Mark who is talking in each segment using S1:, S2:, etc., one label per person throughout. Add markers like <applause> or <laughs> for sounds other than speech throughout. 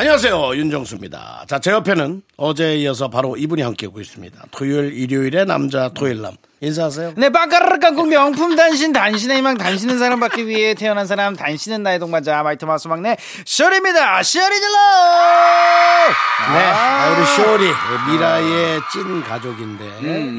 S1: 안녕하세요 윤정수입니다. 자 제 옆에는 어제에 이어서 바로 이분이 함께 오고 있습니다. 토요일 일요일에 남자 토일남 인사하세요.
S2: 네, 빵가르르 깡국 명품 단신, 단신의 희망, 단신은 사랑받기 위해 태어난 사람, 단신은 나의 동반자, 마이트 마스 막내, 쇼리입니다! 쇼리 질러!
S1: 네 아, 우리 쇼리 미라의 찐 가족인데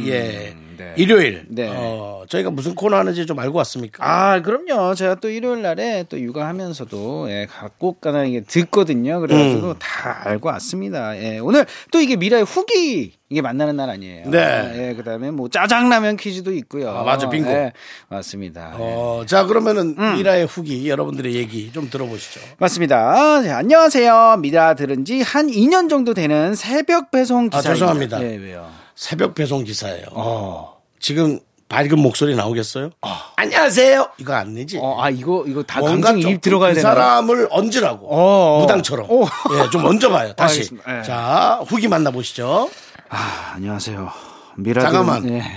S1: 예
S2: 음, 네.
S1: 일요일
S2: 네.
S1: 어, 저희가 무슨 코너 하는지 좀 알고 왔습니까?
S2: 아, 그럼요. 제가 또 일요일 날에 또 육아하면서도, 예, 꼭 가나 이게 듣거든요.
S1: 음.
S2: 그래가지고 다 알고 왔습니다. 예, 오늘 또 이게 미라의 후기, 이게 만나는 날 아니에요.
S1: 네.
S2: 예, 그 다음에 뭐 짜장라면 퀴즈도 있고요.
S1: 아, 맞아, 빙고.
S2: 예, 맞습니다. 예.
S1: 어, 자 그러면은
S2: 음.
S1: 미라의 후기 여러분들의 얘기 좀 들어보시죠.
S2: 맞습니다. 네, 안녕하세요. 미라 들은 지 한 2년 정도 되는 새벽 배송
S1: 아,
S2: 기사입니다.
S1: 죄송합니다. 어.
S2: 예, 왜요?
S1: 새벽 배송 기사예요. 지금 밝은 목소리 나오겠어요? 안녕하세요. 이거 아니지?
S2: 아. 어, 아, 이거, 이거 다
S1: 뭔가
S2: 감정이
S1: 좀
S2: 입 들어가야
S1: 그
S2: 되나?
S1: 사람을 얹으라고
S2: 어, 어.
S1: 무당처럼
S2: 어.
S1: 예, 좀
S2: <laughs>
S1: 얹어봐요 다시
S2: 알겠습니다. 예.
S1: 자 후기 만나보시죠
S2: 아, 안녕하세요. 미라
S1: 잠깐만. 네,
S2: 들은, 예.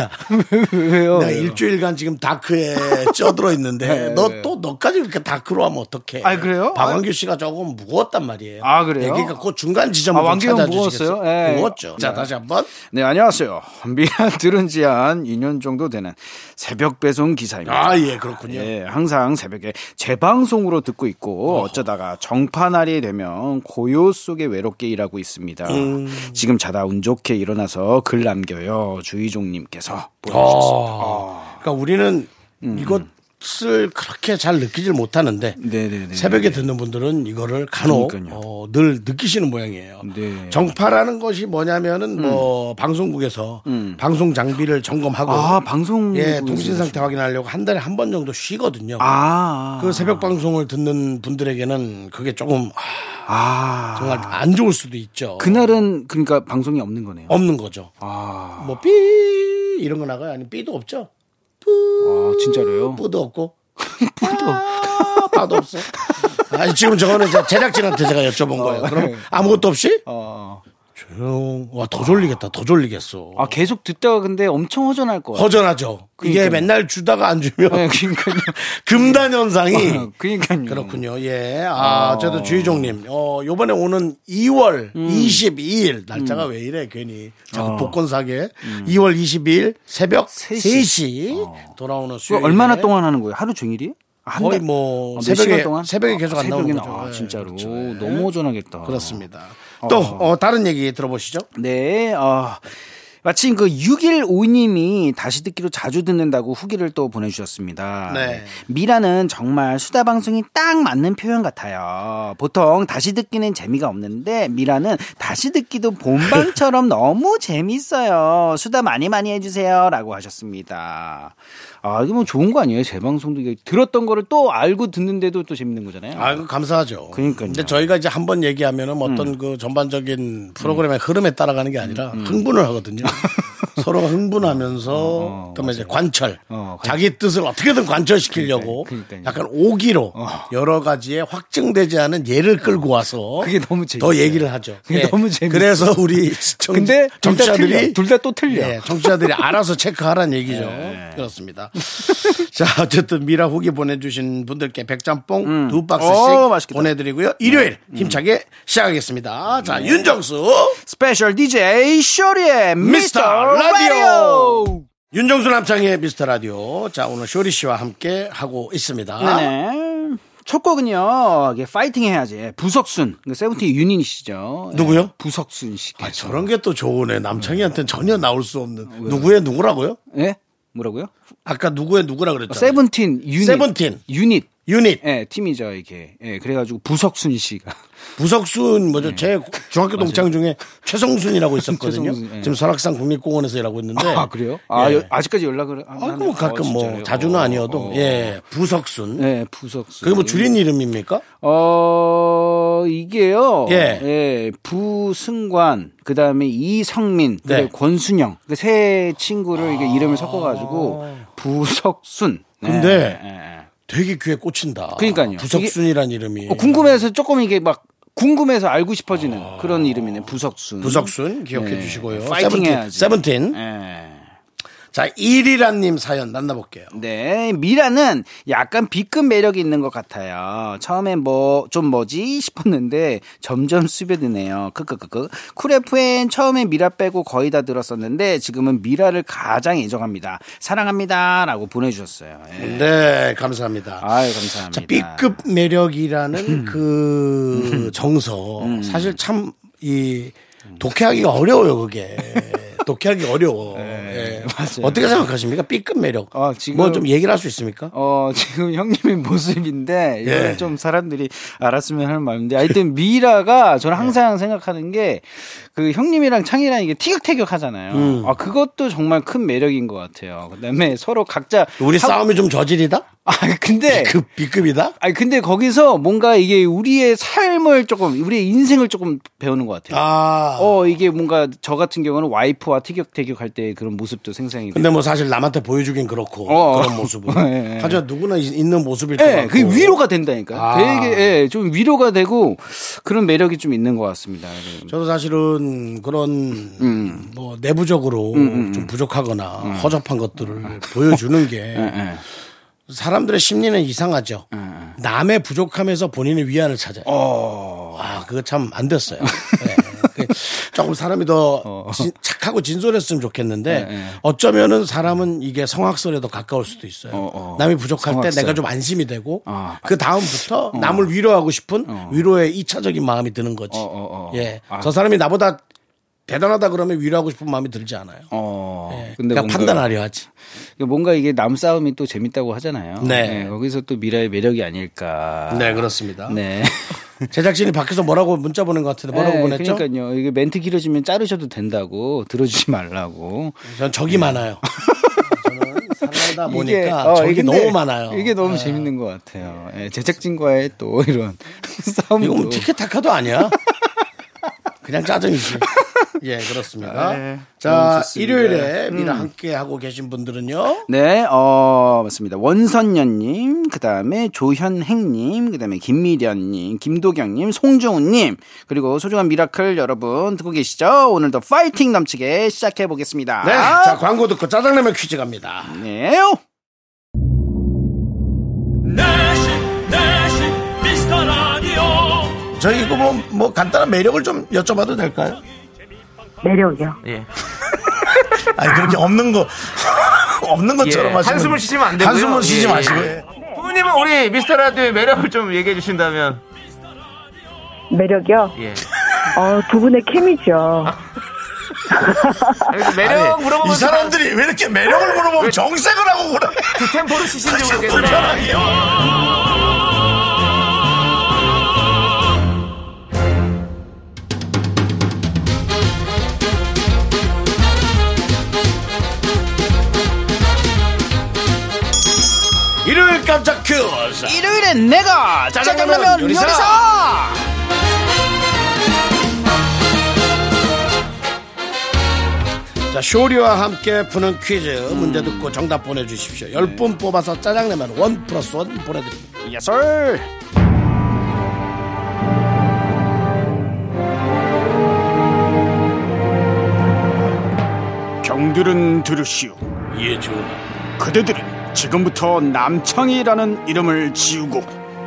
S1: 야
S2: <laughs> 왜요?
S1: 내가 일주일간 지금
S2: <laughs>
S1: 다크에 쪄들어 있는데 너 또 너까지 이렇게 다크로 하면 어떡해
S2: 예, 아, 그래요?
S1: 박완규 씨가 조금 무거웠단 말이에요
S2: 아, 그래요?
S1: 얘기가 그 중간 지점
S2: 아,
S1: 을
S2: 완규 형
S1: 찾아주시겠어요
S2: 무거웠어요? 예.
S1: 무거웠죠 자 다시 한번
S2: 네, 안녕하세요. 미라 들은 지 한 2년 정도 되는 새벽 배송 기사입니다.
S1: 아, 예, 그렇군요.
S2: 예, 항상 새벽에 재방송으로 듣고 있고 어쩌다가 정파날이 되면 고요 속에 외롭게 일하고 있습니다.
S1: 음.
S2: 지금 자다 운 좋게 일어나서 글 남겨요. 주의종님께서
S1: 어.
S2: 보내주셨습니다.
S1: 아.
S2: 아. 음.
S1: 그러니까 우리는 이것을 그렇게 잘 느끼질 못하는데
S2: 네네네.
S1: 새벽에 듣는 분들은 이거를 간혹
S2: 그러니까요.
S1: 어, 늘 느끼시는 모양이에요.
S2: 네. 음.
S1: 정파라는 것이 뭐냐면은 뭐 방송국에서 방송 장비를 점검하고
S2: 아, 방송
S1: 예 통신 상태 확인하려고 한 달에 한 번 정도 쉬거든요.
S2: 아,
S1: 그 새벽 방송을 듣는 분들에게는 그게 조금 아,
S2: 아,
S1: 정말 안 좋을 수도 있죠.
S2: 그날은 그러니까 방송이 없는 거네요.
S1: 없는 거죠.
S2: 아,
S1: 뭐 삐 이런 거 나가요? 아니 삐도 없죠?
S2: 아, 진짜로요?
S1: 뿌도 없고
S2: <laughs>
S1: 뿌도 바도 없어. 아니 지금 저거는 제 제작진한테 제가 여쭤본 거예요.
S2: 네.
S1: 그럼 아무것도 없이
S2: 어,
S1: 조용. 와더 졸리겠다. 더 졸리겠어.
S2: 아, 계속 듣다가 근데 엄청 허전할 거예요.
S1: 허전하죠. 이게 맨날 주다가 안 주면
S2: 네, 아, 그러니까요.
S1: <laughs> 금단 현상이 <laughs>
S2: 그러니까요.
S1: 그렇군요. 예. 아, 저도 주희종님. 어, 요번에 오는 2월
S2: 음.
S1: 22일. 날짜가 왜 이래, 괜히. 자꾸
S2: 어.
S1: 복권 사게.
S2: 음.
S1: 2월 22일 새벽 3시, 돌아오는
S2: 어. 그거
S1: 수요일.
S2: 얼마나 동안 하는 거예요? 하루 종일이요? 아, 한
S1: 거의
S2: 달-
S1: 뭐
S2: 아, 몇
S1: 새벽에-
S2: 시간 동안?
S1: 새벽에 계속 안 나오는
S2: 새벽에는-
S1: 거죠.
S2: 아,
S1: 예,
S2: 진짜로
S1: 그렇죠.
S2: 너무 오전하겠다.
S1: 그렇습니다. 또, 어, 다른 얘기 들어보시죠.
S2: 네, 아 마침 그 6.15님이 다시 듣기로 자주 듣는다고 후기를 또 보내주셨습니다.
S1: 네.
S2: 미라는 정말 수다 방송이 딱 맞는 표현 같아요. 보통 다시 듣기는 재미가 없는데 미라는 다시 듣기도 <laughs> 본방처럼 너무 재밌어요. 수다 많이 많이 해주세요. 라고 하셨습니다. 아, 이게 뭐 좋은 거 아니에요? 재방송도 이게 들었던 거를 또 알고 듣는데도 또 재밌는 거잖아요.
S1: 아, 그 감사하죠.
S2: 그러니까요. 음.
S1: 근데 저희가 이제 한번 얘기하면은 어떤 그 전반적인 프로그램의 흐름에 따라가는 게 아니라 흥분을 하거든요.
S2: <laughs>
S1: 서로가 흥분하면서 그다음에 이제 관철,
S2: 어, 관-
S1: 자기 뜻을 어떻게든 관철시키려고
S2: 그러니까요. 어.
S1: 약간 오기로 여러 가지의 확증되지 않은 예를 끌고 와서
S2: 그게 너무
S1: 더
S2: 재밌어요.
S1: 얘기를 하죠. 예.
S2: 그게 너무 재밌어요.
S1: 그래서 우리 시청-
S2: 근데 둘 다
S1: 청취자들이
S2: 틀려. 둘 다 또 틀려. 네.
S1: 예, 청취자들이 알아서 체크하란 얘기죠. 그렇습니다. <laughs> 자, 어쨌든 미라 후기 보내주신 분들께 백짬뽕 두
S2: 어,
S1: 박스씩
S2: 맛있겠다. 네. 음.
S1: 보내드리고요. 일요일 힘차게 시작하겠습니다. 자, 윤정수,
S2: 스페셜 DJ 쇼리의 미스터 라디오.
S1: 윤정수 남창의 미스터 라디오. 자, 오늘 쇼리 씨와 함께 하고 있습니다.
S2: 네네. 첫 곡은요, 이게 파이팅 해야지. 부석순, 그 세븐틴 유닛이시죠. 예,
S1: 누구요?
S2: 부석순 씨.
S1: 아, 저런 게 또 좋으네. 남창희한테는 전혀 나올 수 없는 누구의 누구라고요?
S2: 예? 뭐라고요?
S1: 아까 누구의 누구라 그랬잖아요.
S2: 세븐틴 유닛.
S1: 세븐틴.
S2: 유닛.
S1: 유닛
S2: 예, 팀이죠, 이게. 예, 그래가지고 부석순 씨가.
S1: 부석순 뭐죠?
S2: 네.
S1: 제 중학교 동창 중에 최성순이라고 있었거든요.
S2: <laughs> 최성순, 예.
S1: 지금 설악산 국립공원에서 일하고 있는데
S2: 아, 그래요? 아,
S1: 예.
S2: 여- 아직까지 연락을. 안
S1: 아,
S2: 하네요.
S1: 뭐 가끔
S2: 어,
S1: 뭐
S2: 진짜요?
S1: 자주는
S2: 어,
S1: 아니어도
S2: 어.
S1: 예 부석순
S2: 예, 부석순.
S1: 그게 뭐 줄인 이름입니까?
S2: 어, 어, 이게요.
S1: 예.
S2: 부승관, 그 다음에 이성민, 그리고
S1: 네. 아.
S2: 권순영. 그세 친구를 이게 이름을 섞어가지고 부석순. 네.
S1: 근데
S2: 예, 예.
S1: 되게 귀에 꽂힌다.
S2: 그러니까요.
S1: 부석순이란 이름이.
S2: 어, 궁금해서 조금 이게 막 궁금해서 알고 싶어지는 그런 이름이네. 부석순.
S1: 아. 부석순 기억해
S2: 네.
S1: 주시고요.
S2: 파이팅
S1: 세븐틴.
S2: 해야지.
S1: 세븐틴.
S2: 예.
S1: 자, 일이란님 사연 만나볼게요.
S2: 네, 미라는 약간 B급 매력이 있는 것 같아요. 처음엔 뭐, 좀 뭐지? <laughs> 싶었는데 점점 스며드네요. 크크크크. 쿨F엔 처음에 미라 빼고 거의 다 들었었는데 지금은 미라를 가장 애정합니다. 사랑합니다. 라고 보내주셨어요. 예.
S1: 네, 감사합니다.
S2: 아유, 감사합니다. 음.
S1: 자, B급 매력이라는 그 정서 사실 참 이 독해하기가 어려워요
S2: <laughs>
S1: 그게 독해하기 어려워. 예.
S2: 네, 맞아요.
S1: 어떻게 생각하십니까? B급 매력.
S2: 아, 지금-
S1: 뭐 좀 얘기를 할 수 있습니까?
S2: 어, 지금 형님의 모습인데, 이거는
S1: 예.
S2: 좀 사람들이 알았으면 하는 마음인데, 하여튼 미라가
S1: 예.
S2: 저는 항상 생각하는 게, 그 형님이랑 창이랑 이게 티격태격 하잖아요.
S1: 음.
S2: 아, 그것도 정말 큰 매력인 것 같아요. 그 다음에 서로 각자.
S1: 우리
S2: 하고-
S1: 싸움이 좀 저질이다.
S2: 아, 근데.
S1: B급 B급이다.
S2: 아니, 근데 거기서 뭔가 이게 우리의 삶을 조금, 우리의 인생을 조금 배우는 것 같아요.
S1: 아.
S2: 어, 이게 뭔가 저 같은 경우는 와이프와 티격태격 할 때 그런 모습도 생생히.
S1: 근데 뭐 사실 남한테 보여주긴 그렇고
S2: 어.
S1: 그런 모습은
S2: <laughs> 예, 예.
S1: 하지만 누구나 이- 있는 모습일 것
S2: 예,
S1: 같고.
S2: 그게 위로가 된다니까.
S1: 아.
S2: 되게 예, 좀 위로가 되고 그런 매력이 좀 있는 것 같습니다. 예, 그래서.
S1: 저도 사실은 그런 뭐 내부적으로 좀 부족하거나 허접한 것들을 보여주는 게 사람들의 심리는 이상하죠.
S2: 예.
S1: 남의 부족함에서 본인의 위안을 찾아요. 아, 그거 참 안
S2: <laughs>
S1: 됐어요. 예. 그 조금 사람이 더
S2: 어.
S1: 진- 착하고 진솔했으면 좋겠는데
S2: 예,
S1: 어쩌면은 사람은 이게 성악설에 더 가까울 수도 있어요.
S2: 어.
S1: 남이 부족할 때
S2: 성악설.
S1: 내가 좀 안심이 되고
S2: 아.
S1: 그 다음부터 남을 위로하고 싶은 위로의 이차적인 마음이 드는 거지.
S2: 어, 어, 어.
S1: 예.
S2: 아.
S1: 저 사람이 나보다 대단하다 그러면 위로하고 싶은 마음이 들지 않아요.
S2: 어.
S1: 근데 예. 그냥 그러니까 판단하려 하지.
S2: 뭔가 이게 남 싸움이 또 재밌다고 하잖아요.
S1: 네.
S2: 예, 거기서 또 미라의 매력이 아닐까.
S1: 네, 그렇습니다.
S2: 네.
S1: 제작진이 밖에서 뭐라고 문자 보낸 것 같은데 <laughs> 뭐라고
S2: 예,
S1: 보냈죠?
S2: 그러니까요. 이게 멘트 길어지면 자르셔도 된다고 들어주지 <laughs> 말라고.
S1: 전 적이 많아요. 예. <laughs> 저는 살다 보니까
S2: 이게, 어,
S1: 적이
S2: 이게 근데
S1: 너무 많아요. 예.
S2: 이게 너무 재밌는 것 같아요. 예, 제작진과의 또 이런 <laughs> 싸움도.
S1: 이거 뭐 티켓타카도 아니야. <laughs> 그냥
S2: <laughs>
S1: 짜증이지. 예, 그렇습니다.
S2: 네,
S1: 자,
S2: 너무 좋습니다.
S1: 일요일에
S3: 음.
S1: 미라 함께 하고 계신 분들은요.
S2: 네, 어, 맞습니다. 원선녀님, 그 다음에 조현행님, 그 다음에 김미련님, 김도경님, 송중훈님, 그리고 소중한 미라클 여러분 듣고 계시죠? 오늘도 파이팅 넘치게 시작해 보겠습니다.
S1: 네. 자, 광고 듣고 짜장라면 퀴즈 갑니다.
S2: 네.
S4: 내시 내시 미스터 라디오
S1: 저희 이거 뭐, 뭐 간단한 매력을 좀 여쭤봐도 될까요?
S5: 매력이요.
S3: 예.
S1: <laughs> 아니, 그렇게 없는 거, <laughs> 없는 것처럼 하시면.
S3: 예. 한숨을 쉬시면 안 되고요.
S1: 한숨을 쉬지
S3: 예, 예.
S1: 마시고.
S3: 부모님은 우리 미스터 라디오의 매력을 좀 얘기해 주신다면
S5: 매력이요?
S3: 예.
S5: 어, 두 분의 케미죠.
S3: 아니, 그 매력
S1: 이
S3: 물어보면서
S1: 사람들이 왜 이렇게 매력을 물어보면 정색을 하고 그래?
S3: 두 템포를 치신지 모르겠네.
S1: 불편하게. 일요일 깜짝 퀴즈.
S2: 일요일에 내가
S1: 짜장라면
S2: 짜장라면
S1: 요리사.
S2: 요리사!
S1: 자, 쇼리와 함께 푸는 퀴즈 문제 듣고 정답 보내주십시오. 열 분 뽑아서 짜장라면 원 플러스 원 보내드립니다.
S2: 예설! 경들은 들으시오.
S1: 예, 좋은.
S2: 그대들은 지금부터 남창희라는 이름을 지우고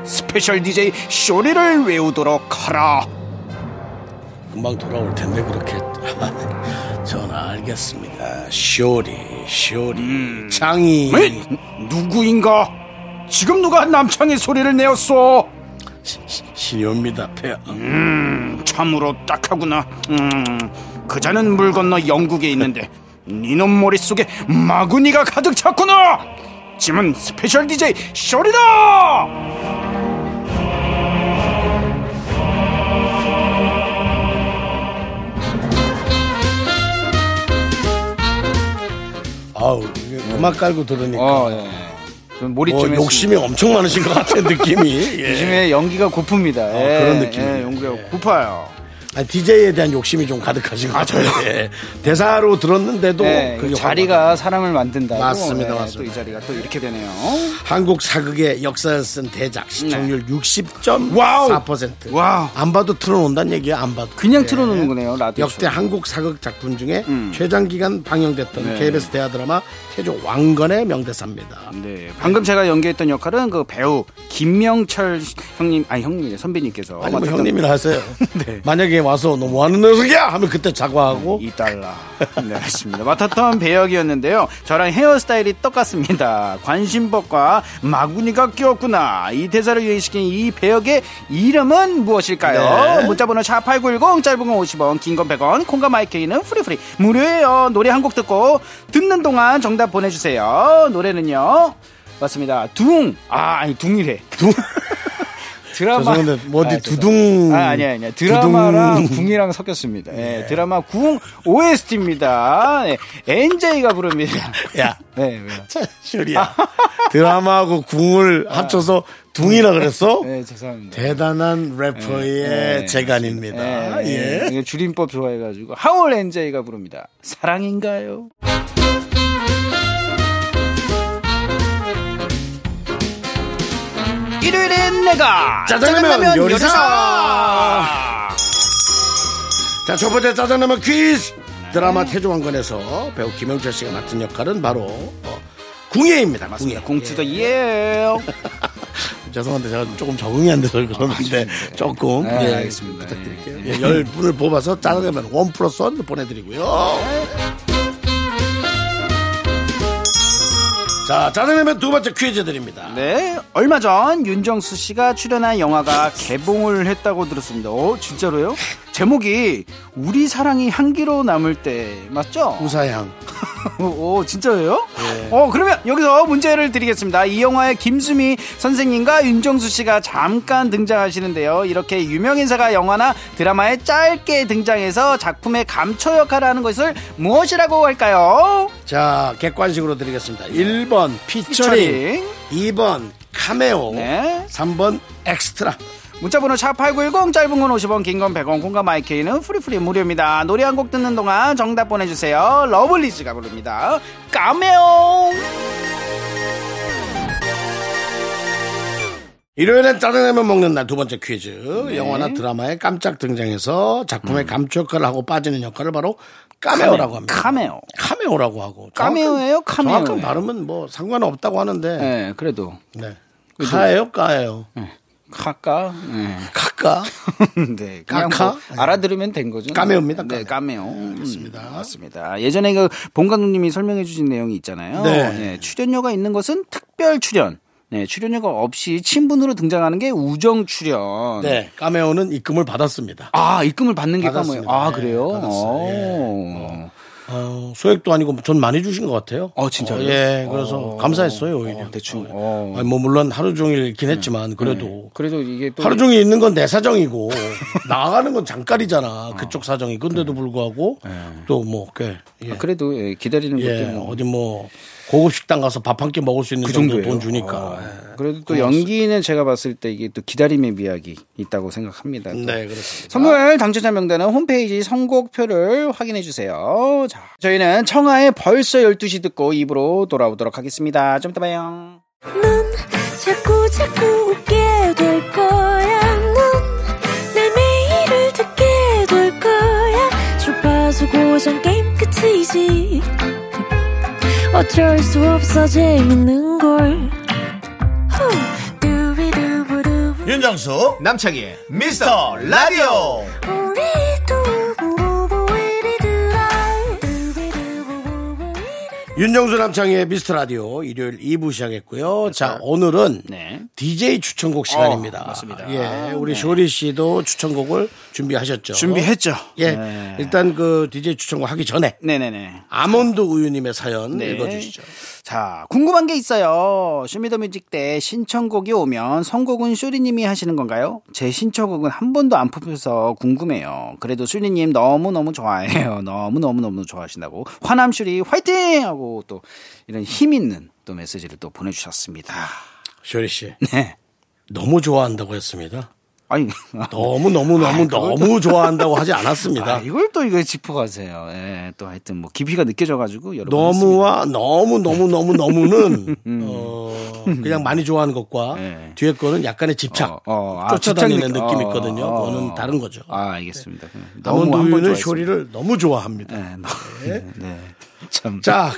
S2: 스페셜 DJ 쇼리를 외우도록 하라.
S1: 금방 돌아올 텐데 그렇게 <laughs> 저는 알겠습니다. 쇼리, 쇼리, 창이
S2: 음. 왜? 누구인가? 지금 누가 남창희 소리를 내었소?
S1: 신효입니다. 폐
S2: 참으로 딱하구나. 음, 그자는 물 건너 영국에 있는데 니놈 머릿속에 마구니가 가득 찼구나. 짐은 스페셜 DJ 쇼리다. 어,
S1: 아우 이게 음악 깔고 들으니까
S2: 아, 예. 좀
S1: 뭐
S2: 몰입 좀
S1: 욕심이 엄청 많으신 것 같은
S2: <laughs>
S1: 느낌이. 예.
S2: 요즘에 연기가 고픕니다. 예,
S1: 어, 그런 느낌이에요.
S2: 예, 연기가 고파요.
S1: 아니, DJ에 대한 욕심이 좀 가득하신 것 같아요. 예. 대사로 들었는데도
S2: 예,
S1: 그게
S2: 자리가
S1: 화가 나요.
S2: 사람을 만든다고.
S1: 맞습니다,
S2: 예,
S1: 맞습니다.
S2: 또이 자리가 또 이렇게 되네요.
S1: 한국 사극의 역사를 쓴 대작 시청률 60.4%.
S2: 네. 와우.
S1: 안 봐도 틀어놓는다는 얘기야. 안 봐도.
S2: 그냥
S1: 예.
S2: 틀어놓는 음. 거네요 라디오.
S1: 역대 한국 사극 작품 중에 최장 기간 방영됐던
S2: 네.
S1: KBS 대하 드라마 태조 왕건의 명대사입니다.
S2: 네, 방금 제가 연기했던 역할은 그 배우 김명철 형님, 아니 형님 선배님께서
S1: 아니 뭐
S2: 맡았던
S1: 형님이라
S2: <laughs>
S1: 하세요.
S2: 네.
S1: 만약에 와서 너 뭐 하는 녀석이야 하면 그때 자과하고
S2: 이달러 네, 맞습니다. 맡았던 배역이었는데요. 저랑 헤어스타일이 똑같습니다. 관심법과 마구니가 끼었구나. 이 대사를 유행시킨 이 배역의 이름은 무엇일까요?
S1: 네.
S2: 문자번호 샵8910, 짧은 건 50원, 긴 건 100원, 콩과 마이케이는 프리프리. 무료예요. 노래 한 곡 듣고, 듣는 동안 정답 보내주세요. 노래는요. 맞습니다. 둥. 아, 아니, 둥이래. 둥. 드라마.
S1: 죄송한데 뭐 어디
S2: 아, 죄송합니다.
S1: 두둥.
S2: 아, 아니, 아니. 드라마랑
S1: 두둥. 네.
S2: 궁이랑 섞였습니다. 예, 드라마 궁 OST입니다. 예, NJ가 부릅니다.
S1: <laughs>
S2: <laughs>
S1: 야.
S2: 네, 왜요?
S1: 참, 슈리야 드라마하고 궁을 합쳐서 둥이라 그랬어?
S2: 아. 네, 죄송합니다.
S1: 대단한 래퍼의
S2: 네.
S1: 재간입니다.
S2: 예,
S1: 예.
S2: 예. 이거 줄임법 좋아해가지고 하울 NJ가 부릅니다. 사랑인가요? 일요일엔 내가
S1: 짜장라면 요리사! 자, 첫 번째 짜장라면 퀴즈! 드라마 태조왕건에서 배우 김영철 씨가 맡은 역할은 바로 어, 궁예입니다. 궁예.
S2: 공투더 예.
S1: 예. 죄송한데 제가 조금 적응이 안 돼서 그러는데 조금
S2: 아, 네,
S1: 예,
S2: 알겠습니다. 네.
S1: 부탁드릴게요. 예, 열 분을 뽑아서 짜장라면 원 플러스 원 보내드리고요. 자, 짜장라면 두 번째 퀴즈 드립니다.
S2: 네, 얼마 전 윤정수 씨가 출연한 영화가 개봉을 했다고 들었습니다. 어, 진짜로요? 제목이 우리 사랑이 향기로 남을 때 맞죠?
S1: 우사향.
S2: <laughs> 오, 진짜예요? 어, 그러면 여기서 문제를 드리겠습니다. 이 영화에 김수미 선생님과 윤정수 씨가 잠깐 등장하시는데요. 이렇게 유명인사가 영화나 드라마에 짧게 등장해서 작품의 감초 역할을 하는 것을 무엇이라고 할까요?
S1: 자, 객관식으로 드리겠습니다. 1번 피처링,
S2: 네. 피처링.
S1: 2번 카메오,
S2: 네.
S1: 3번 엑스트라.
S2: 문자번호 샵8910 짧은 건 50원 긴 건 100원 콩과 마이케이는 프리프리 무료입니다 노래 한 곡 듣는 동안 정답 보내주세요 러블리즈가 부릅니다 까메오
S1: 일요일엔 짜장라면 먹는 날 두 번째 퀴즈.
S2: 네.
S1: 영화나 드라마에 깜짝 등장해서 작품의 감초 역할을 하고 빠지는 역할을 바로 카메오라고 합니다.
S2: 음. 카메오.
S1: 카메오라고 하고.
S2: 카메오예요? 카메오예요?
S1: 정확한 발음은 뭐 상관없다고 하는데.
S2: 네 그래도
S1: 네. 카예요, 까예요.
S2: 카까 네,
S1: 카까.
S2: <laughs> 네 그냥
S1: 카카?
S2: 뭐 알아들으면 된 거죠
S1: 까메오입니다,
S2: 네 까메오 음,
S1: 알겠습니다.
S2: 맞습니다 예전에 그본 감독님이 설명해 주신 내용이 있잖아요
S1: 네.
S2: 예, 출연료가 있는 것은 특별 출연 네, 출연료가 없이 친분으로 등장하는 게 우정 출연
S1: 네. 카메오는 입금을 받았습니다.
S2: 아 입금을 받는 게 까모예요.
S1: 받았습니다.
S2: 아
S1: 예,
S2: 그래요?
S1: 받았어요.
S2: 오.
S1: 어, 소액도 아니고 전 많이 주신 것 같아요.
S2: 어, 진짜요?
S1: 예, 그래서 감사했어요 오히려.
S2: 어, 대충.
S1: 예.
S2: 어. 네.
S1: 아니, 뭐 물론 하루 종일 긴 했지만 그래도
S2: 뭐 그래도 이게 또
S1: 하루 종일 있는 건 내 사정이고 <laughs> 나가는 건 잠깐이잖아
S2: 어.
S1: 그쪽 사정이. 근데도 불구하고 또 뭐 꽤. 예.
S2: 네. 그래도 예, 기다리는 것도
S1: 예,
S2: 뭐
S1: 어디 뭐 고급 식당 가서 밥 한 끼 먹을 수 있는
S2: 그
S1: 정도
S2: 정도예요.
S1: 돈 주니까.
S2: 어.
S1: 예.
S2: 그래도 또 연기는 제가 봤을 때 이게 또 기다림의 미학이 있다고 생각합니다. 또.
S1: 네, 그렇습니다.
S2: 선물 당첨자 명단은 홈페이지 선곡표를 확인해 주세요. 자, 저희는 청하의 벌써 12시 듣고 입으로 돌아오도록 하겠습니다. 좀 이따 봐요.
S6: 자꾸 자꾸 웃게 될 거야. 넌내 매일을 듣게 될 거야. 주파수 고정 게임 끝이지. 어쩔 수 없어 재밌는 걸. 후. 두비두부두.
S3: 윤정수 남창희의 미스터 라디오
S6: 우리 두부부부 우리들아. 두비두부부부 우리들아.
S1: 윤정수 남창의 미스터 라디오 일요일 2부 시작했고요. 자, 오늘은
S2: 네. 어,
S1: DJ 추천곡 시간입니다.
S2: 맞습니다. 아, 네.
S1: 예, 우리 쇼리 씨도 추천곡을 준비하셨죠.
S2: 준비했죠?
S1: 예.
S2: 네.
S1: 일단 그 DJ 추천곡 하기 전에
S2: 네네네.
S1: 아몬드 우유님의 사연
S2: 네.
S1: 읽어주시죠.
S2: 자, 궁금한 게 있어요. 쇼미더뮤직 때 신청곡이 오면 선곡은 쇼리님이 하시는 건가요? 제 신청곡은 한 번도 안 뽑혀서 궁금해요. <laughs> 그래도 쇼리님 너무너무 좋아해요. 너무너무너무 좋아하신다고. 화남 쇼리 화이팅! 하고 하고 또 이런 힘 있는 또 메시지를 또 보내주셨습니다. <laughs>
S1: 쇼리 씨
S2: 네.
S1: 너무 좋아한다고 했습니다.
S2: 아니
S1: 너무 너무 너무 너무 좋아한다고 하지 않았습니다.
S2: 아, 이걸 또 이거 짚어가세요. 예, 또 하여튼 뭐 깊이가 느껴져가지고 여러 번
S1: 너무와 너무 너무 너무
S2: <laughs>
S1: 너무는
S2: 음.
S1: 어, 그냥 많이 좋아하는 것과
S2: 네.
S1: 뒤에 거는 약간의 집착,
S2: 어, 어, 아,
S1: 쫓아다니는
S2: 집착 느낌.
S1: 느낌이
S2: 어,
S1: 있거든요.
S2: 어,
S1: 그거는
S2: 어.
S1: 다른 거죠.
S2: 했습니다. 아 알겠습니다. 그냥 너무 한번
S1: 남원도윤은
S2: 좋아했습니다.
S1: 쇼리를 너무 좋아합니다.
S2: 네, <laughs> 네. 네. 참.
S1: 자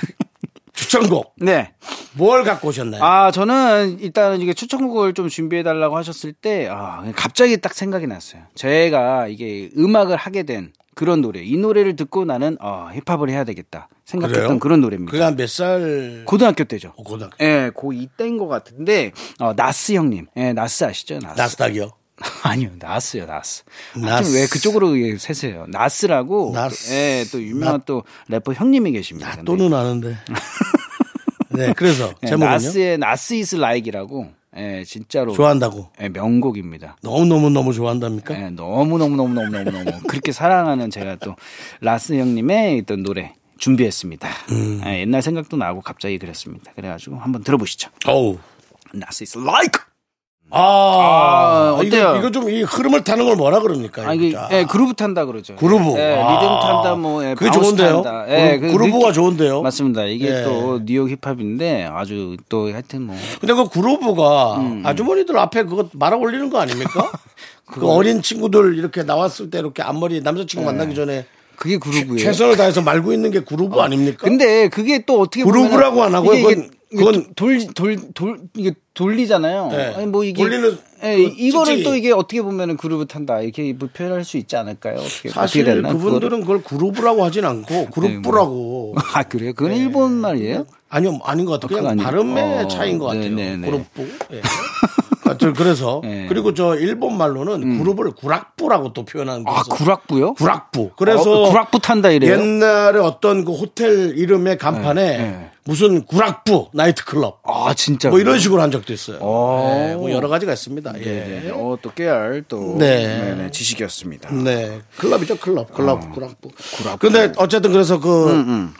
S1: 추천곡
S2: 네.
S1: 뭘 갖고 오셨나요?
S2: 아, 저는 일단은 이게 추천곡을 좀 준비해달라고 하셨을 때, 아, 갑자기 딱 생각이 났어요. 제가 이게 음악을 하게 된 그런 노래. 이 노래를 듣고 나는, 아, 힙합을 해야 되겠다. 생각했던 음, 그런 노래입니다.
S1: 그가 몇살 어,
S2: 고등학교 때죠.
S1: 고등학교
S2: 예, 고2 때인 것 같은데, 어, 나스 형님. 예, 나스 아시죠? 나스.
S1: 나스닥이요.
S2: <laughs> 아니요, 나스요, 나스.
S1: 나스.
S2: 하여튼 왜 그쪽으로 예, 세세요? 나스라고.
S1: 나스.
S2: 예, 또 유명한 또 래퍼 형님이 계십니다. 근데
S1: 또는
S2: <laughs>
S1: 아는데. 네 그래서
S2: 예,
S1: 제목은요.
S2: 나스의 나스 이스 라이기라고. 예, 진짜로.
S1: 좋아한다고
S2: 예, 명곡입니다.
S1: 너무 너무 너무 좋아한답니까?
S2: 예, 너무 너무 너무 너무 너무 너무 그렇게 사랑하는 제가 또 라스 형님의 어떤 노래 준비했습니다.
S1: 음.
S2: 예, 옛날 생각도 나고 갑자기 그랬습니다. 그래가지고 한번 들어보시죠.
S1: 어우
S2: 라스 is like.
S1: 아,
S2: 아, 어때요?
S1: 이거, 이거 좀 이 흐름을 타는 걸 뭐라 그럽니까?
S2: 아 이게
S1: 이거?
S2: 예, 그루브 탄다 그러죠.
S1: 그루브.
S2: 예,
S1: 아.
S2: 리듬 탄다 뭐 예,
S1: 그게
S2: 바운스
S1: 좋은데요?
S2: 탄다. 예,
S1: 그루-
S2: 그
S1: 그루브가
S2: 느낌-
S1: 좋은데요?
S2: 맞습니다. 이게
S1: 예.
S2: 또 뉴욕 힙합인데 아주 또 하여튼 뭐
S1: 근데 그 그루브가
S2: 음.
S1: 아주머니들 앞에 그거 말아 올리는 거
S2: <laughs>
S1: 아닙니까? 그 어린 친구들 이렇게 나왔을 때 이렇게 앞머리 남자친구 만나기 전에
S2: 그게 예. 그루브예요. 어.
S1: 최선을 다해서 말고 있는 게 그루브 아닙니까?
S2: 근데 그게 또 어떻게 보면
S1: 그루브라고 그러니까? 안 하고 그건- 그건-
S2: 돌돌돌 이게 돌리잖아요.
S1: 네.
S2: 아니 뭐 이게
S1: 돌리는
S2: 예,
S1: 그
S2: 이거를
S1: 찌찌.
S2: 또 이게 어떻게 보면은 그루브 탄다 이렇게 뭐 표현할 수 있지 않을까요? 어떻게
S1: 사실
S2: 어떻게 됐나? 네, 뭐.
S1: 그분들은 그걸 그루브라고 하진 않고 그룹부라고 네.
S2: 그거를? <laughs> 아 그래요? 그건 일본 말이에요?
S1: 아니요 아닌 것 같아요.
S2: 그거
S1: 그냥
S2: 아니에요?
S1: 발음의
S2: 어,
S1: 차이인 것 같아요.
S2: 네, 네, 네.
S1: 그룹부. 예.
S2: <laughs>
S1: 하여튼 그래서
S2: 네.
S1: 그리고 저 일본 말로는 그룹을 구락부라고 또 표현하는
S2: 음. 아
S1: 거죠.
S2: 구락부요?
S1: 구락부. 그래서
S2: 어, 구락부 탄다 이래요?
S1: 옛날에 어떤 그 호텔 이름의 간판에
S2: 네.
S1: 무슨 구락부 나이트클럽
S2: 아 진짜.
S1: 뭐 이런 식으로 한 적도 있어요.
S2: 어.
S1: 네, 뭐 여러 가지가 있습니다. 예.
S2: 네네. 어, 또 깨알 또
S1: 네.
S2: 네네, 지식이었습니다.
S1: 네. 클럽이죠, 클럽.
S2: 어,
S1: 클럽, 구락부. 근데 어쨌든 그래서 그,
S2: 음,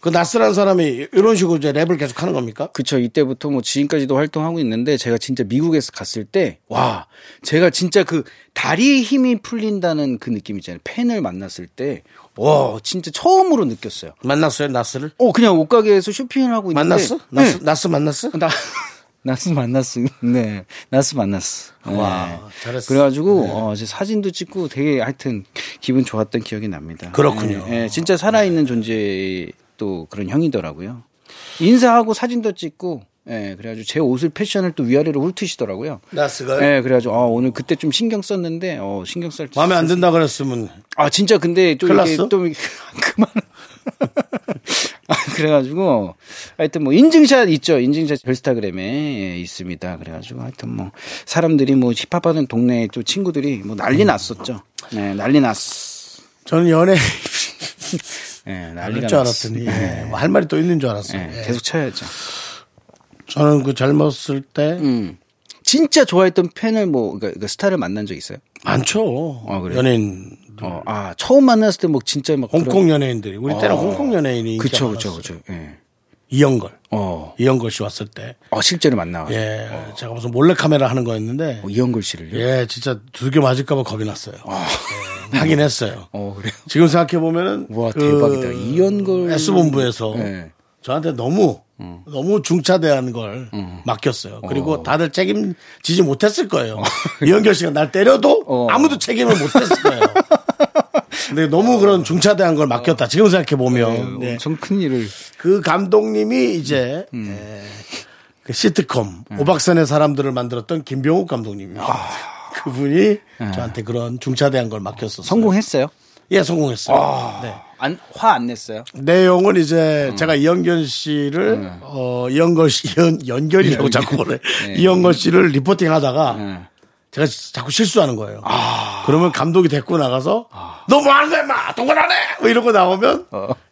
S1: 그 나스라는 사람이 이런 식으로 이제 랩을 계속 하는 겁니까?
S2: 그쵸 이때부터 뭐 지금까지도 활동하고 있는데 제가 진짜 미국에서 갔을 때 와 제가 진짜 그 다리에 힘이 풀린다는 그 느낌 있잖아요. 팬을 만났을 때 와 진짜 처음으로 느꼈어요.
S1: 만났어요, 나스를?
S2: 어 그냥 옷가게에서 쇼핑을 하고 있는데
S1: 만났어? 나스, 나스 만났어?
S2: 나 <laughs> 나스 만났어. 네. 나스 만났어. 네.
S1: 와, 잘했어. 네.
S2: 그래가지고, 어, 이제 사진도 찍고 되게 하여튼 기분 좋았던 기억이 납니다.
S1: 그렇군요.
S2: 네, 네, 진짜 살아있는 존재 또 그런 형이더라고요. 인사하고 사진도 찍고, 예, 그래가지고 제 옷을 패션을 또 위아래로 훑으시더라고요.
S1: 나스가
S2: 예, 그래가지고, 아, 오늘 그때 좀 신경 썼는데, 어, 신경 쓸
S1: 네. 마음에 안 든다 그랬으면
S2: 아 진짜 근데 좀
S1: 큰일
S2: 이게
S1: 났어?
S2: 좀 이게 <laughs> 그만 아, 그래가지고 하여튼 뭐 인증샷 있죠 인증샷 별스타그램에 예, 있습니다 그래가지고 하여튼 뭐 사람들이 뭐 힙합하는 동네 또 친구들이 뭐
S1: 음.
S2: 난리 났었죠 네 난리 났어
S1: 저는 연애
S2: 예 <laughs>
S1: 그럴
S2: 난리가
S1: 줄
S2: 났어.
S1: 알았더니 예, 뭐할 말이 또 있는 줄 알았어요.
S2: 예,
S1: 예.
S2: 계속 쳐야죠
S1: 저는 그 젊었을 때
S2: 음. 진짜 좋아했던 팬을 뭐 그러니까, 그러니까 스타를 만난 적 있어요
S1: 많죠.
S2: 아, 그래요?
S1: 연예인
S2: 어, 아 처음 만났을 때 뭐 진짜 막
S1: 네. 홍콩 연예인들이 우리 때는
S2: 어.
S1: 홍콩 연예인이
S2: 그런- 그쵸
S1: 인기가
S2: 그쵸
S1: 많았어요.
S2: 그쵸 예어
S1: 이영걸 이영걸 씨 왔을 때
S2: 어, 실제로 만나 예.
S1: 예, 제가 무슨 몰래 카메라 하는 거였는데
S2: 어, 이영걸 씨를요
S1: 예, 진짜 두개 맞을까봐 겁이 났어요. 예, 하긴 했어요.
S2: 어 그래요
S1: 지금 생각해 보면은 그
S2: 와, 대박이다. 이연걸-
S1: S 본부에서
S2: 예.
S1: 저한테 너무 너무 중차대한 걸 맡겼어요. 그리고 다들 책임지지 못했을 거예요.
S2: <laughs>
S1: 이연결 씨가 날 때려도
S2: 어.
S1: 아무도 책임을 못했을 거예요. 근데 너무 그런 중차대한 걸 맡겼다. 지금 생각해 보면 네.
S2: 엄청 음. 큰 일을
S1: 그 감독님이 이제 에, 그 시트콤
S2: 음.
S1: 오박선의 사람들을 만들었던 김병욱 감독님입니다.
S2: 아.
S1: 그분이 저한테 그런 중차대한 걸 맡겼었어요.
S2: 예. 성공했어요. 아.
S1: 예, 성공했어요. 네.
S2: 안화 안 냈어요.
S1: 내용은 이제
S2: 음.
S1: 제가 이영결 씨를
S2: 네.
S1: 어 이영걸 씨 연, 연결이라고 자꾸 그래
S2: 네.
S1: 이영걸 씨를 리포팅 하다가 제가 자꾸 실수하는 거예요.
S2: 아.
S1: 그러면 감독이 데리고 나가서 너 뭐 하는 거야, 마 동그라네 뭐 이러고 나오면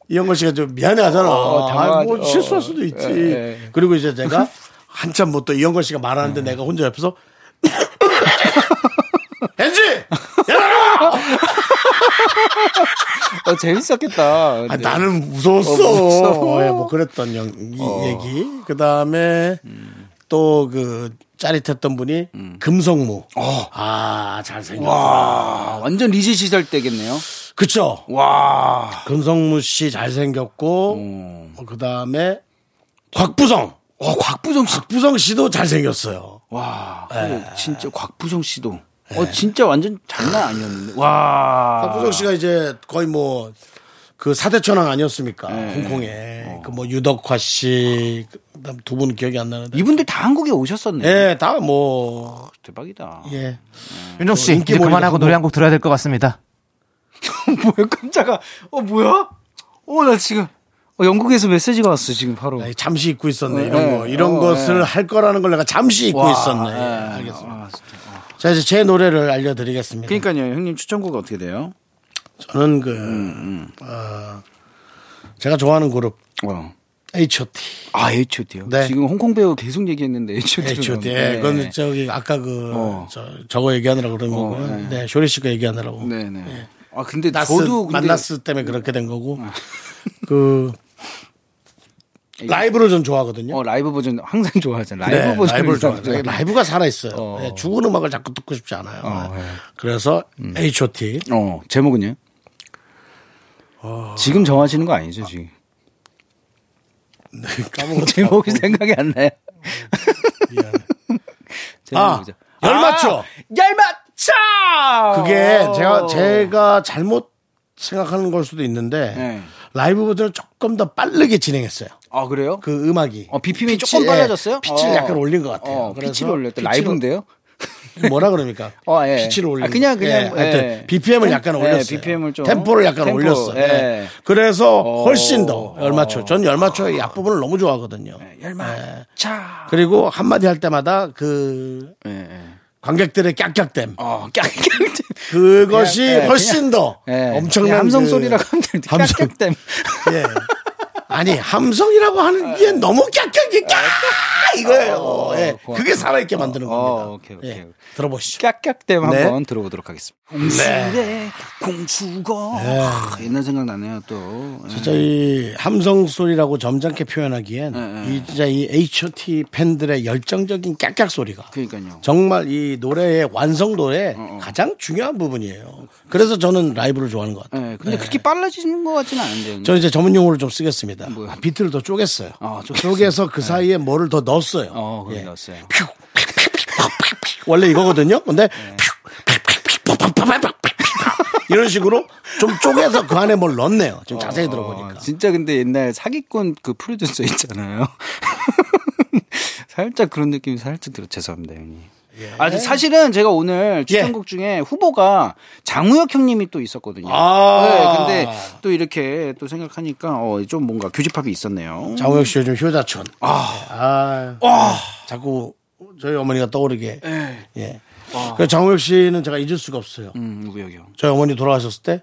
S1: 이영걸 씨가 좀 미안해하잖아. 아, 뭐
S2: 어. 당황하죠.
S1: 실수할 수도 있지.
S2: 예, 네. 예.
S1: 그리고 이제 제가 한참 뭐 또 이영걸 씨가 말하는데 내가 혼자 <laughs> 옆에서 엔지 얘들아
S2: 어, 재밌었겠다.
S1: 아,
S2: 근데.
S1: 나는 무서웠어.
S2: 어, 무서워.
S1: 예, 뭐 그랬던 영, 이 얘기. 그 다음에 또 그 짜릿했던 분이 금성무. 아, 잘생겼다.
S2: 와, 아, 완전 리즈 시절 때겠네요.
S1: 그쵸?
S2: 와.
S1: 금성무 씨 잘생겼고, 그 다음에 어, 곽부성.
S2: 와, 곽부정 씨.
S1: 부성 씨도 잘생겼어요.
S2: 와. 그래, 진짜 곽부정 씨도. 어, 진짜 완전 장난 아니었는데. 와.
S1: 곽부성 씨가 이제 거의 뭐, 그 사대천왕 아니었습니까? 홍콩에. 그 뭐 유덕화 씨, 그다음 두 분 기억이 안 나는데.
S2: 이분들 다 한국에 오셨었네.
S1: 예, 다 뭐,
S2: 대박이다. <laughs>
S1: 예.
S3: 윤종 씨
S1: 인기
S3: 이제
S1: 몰리다.
S3: 그만하고 노래 한 곡 들어야 될 것 같습니다.
S2: 뭐야, 깜짝아. 어, 뭐야? 어, 나 지금. 어, 영국에서 메시지가 왔어, 지금 바로.
S1: 아니, 잠시 잊고 있었네.
S2: 어,
S1: 이런
S2: 예.
S1: 거. 이런
S2: 어,
S1: 것을
S2: 예.
S1: 할 거라는 걸 내가 잠시 잊고
S2: 와,
S1: 있었네.
S2: 예.
S1: 예, 알겠습니다.
S2: 아, 진짜.
S1: 자, 이제 제 노래를 알려드리겠습니다.
S2: 그러니까요, 형님 추천곡 어떻게 돼요?
S1: 저는 그,
S2: 음,
S1: 어, 제가 좋아하는 그룹,
S2: 어.
S1: H.O.T.
S2: 아, H.O.T.요?
S1: 네.
S2: 지금 홍콩 배우 계속 얘기했는데 H.O.T. 로
S1: H.O.T.
S2: 나오는데.
S1: 예, 그건 저기, 아까 그,
S2: 네. 어.
S1: 저, 거 얘기하느라고 그런 거고요. 네. 쇼리 씨가 얘기하느라고.
S2: 네, 네. 아, 근데
S1: 나스,
S2: 저도 근데 아.
S1: 만났을 때문에 그렇게 된 거고.
S2: <laughs>
S1: 그, 라이브를 좀 좋아하거든요.
S2: 어, 라이브 버전 항상 좋아하잖아.
S1: 네,
S2: 라이브 버전
S1: 라이브를 좋아해요. 라이브가 살아있어요.
S2: 어.
S1: 네, 죽은 음악을 자꾸 듣고 싶지 않아요.
S2: 어, 예.
S1: 그래서 H.O.T.
S2: <laughs> 어, 제목은요?
S1: 아.
S2: 지금 정하시는 거 아니죠, 지금?
S1: <laughs> 까먹었다.
S2: 제목이 어, 그 생각이 안 나요.
S1: 미안해. 아,
S2: 제목이죠.
S1: 열맞춰.
S2: 열맞춰!
S1: 그게
S2: 아.
S1: 제가 제가 잘못 생각하는 걸 수도 있는데
S2: 네.
S1: 라이브 버전을 조금 더 빠르게 진행했어요.
S2: 아, 그래요?
S1: 그 음악이.
S2: 어, BPM이
S1: 피치,
S2: 조금
S1: 예,
S2: 빨라졌어요?
S1: 피치를
S2: 어.
S1: 약간 올린 것 같아요.
S2: 어,
S1: 그래서
S2: 피치를 올렸다.
S1: 피치를-
S2: 라이브인데요?
S1: 뭐라 그럽니까?
S2: <laughs> 어, 예.
S1: 피치를 올린
S2: 아, 그냥,
S1: 거.
S2: 그냥,
S1: 예, 하여튼
S2: 예.
S1: BPM을
S2: 템-
S1: 약간
S2: 예,
S1: 올렸어요.
S2: BPM 을좀
S1: 템포를 약간
S2: 템포,
S1: 올렸어요. 예.
S2: 예.
S1: 그래서
S2: 어. 아.
S1: 훨씬 더 열맞춰. 전 열맞춰의 앞부분을 너무 좋아하거든요.
S2: 예, 열맞춰.
S1: 그리고 한마디 할 때마다 그
S2: 예, 예.
S1: 관객들의 깍깍댐.
S2: 어, <laughs> 깍깍댐.
S1: 그것이
S2: 그냥, 예,
S1: 훨씬 더
S2: 예.
S1: 엄청난
S2: 그냥 함성
S1: 그-
S2: 소리라고 하면 되는데
S1: 함성-
S2: 깍깍댐.
S1: 예. 아니 함성이라고 하는
S2: 아, 예.
S1: 게 너무 깍깍이 깍 이거예요. 예.
S2: 어, 고맙습니다.
S1: 그게 살아있게 만드는
S2: 어,
S1: 겁니다. 예.
S2: 오케이, 오케이, 오케이.
S1: 들어보시죠.
S2: 깍깍댐
S1: 네.
S2: 한번 들어보도록 하겠습니다. 네. 공수래 공수거 아, 옛날 생각 나네요 또. 예.
S1: 진짜 이 함성 소리라고 점잖게 표현하기엔 이 진짜 이 H.O.T 팬들의 열정적인 깍깍 소리가
S2: 그러니까요.
S1: 정말 이 노래의 완성도의 가장 중요한 부분이에요. 그래서 저는 라이브를 좋아하는 것 같아요.
S2: 예, 근데 그렇게 빨라지는 것 같지는 않은데요.
S1: 저는 이제 전문 용어를 좀 쓰겠습니다.
S2: 뭐요?
S1: 비트를 더 쪼갰어요.
S2: 아, 쪼갰어요.
S1: 쪼개서 그 사이에 뭐를 더 넣었어요.
S2: 어, 그래
S1: 예.
S2: 넣었어요.
S1: 원래 이거거든요. 근데 이런 식으로 좀 쪼개서 그 안에 뭘 넣었네요. 지금 자세히
S2: 어,
S1: 들어보니까.
S2: 진짜 근데 옛날 사기꾼 그 프로듀서 있잖아요. <laughs> 살짝 그런 느낌이 살짝 들어 죄송합니다 형님. 아 사실은 제가 오늘 추천곡 중에 후보가 장우혁 형님이 또 있었거든요.
S1: 아.
S2: 네, 근데 또 이렇게 또 생각하니까 어, 좀 뭔가 교집합이 있었네요.
S1: 장우혁 씨 요즘 효자촌. 아, 자꾸 저희 어머니가 떠오르게. 예. 그래서 장우혁 씨는 제가 잊을 수가 없어요.
S2: 음, 우혁이 형.
S1: 저희 어머니 돌아가셨을 때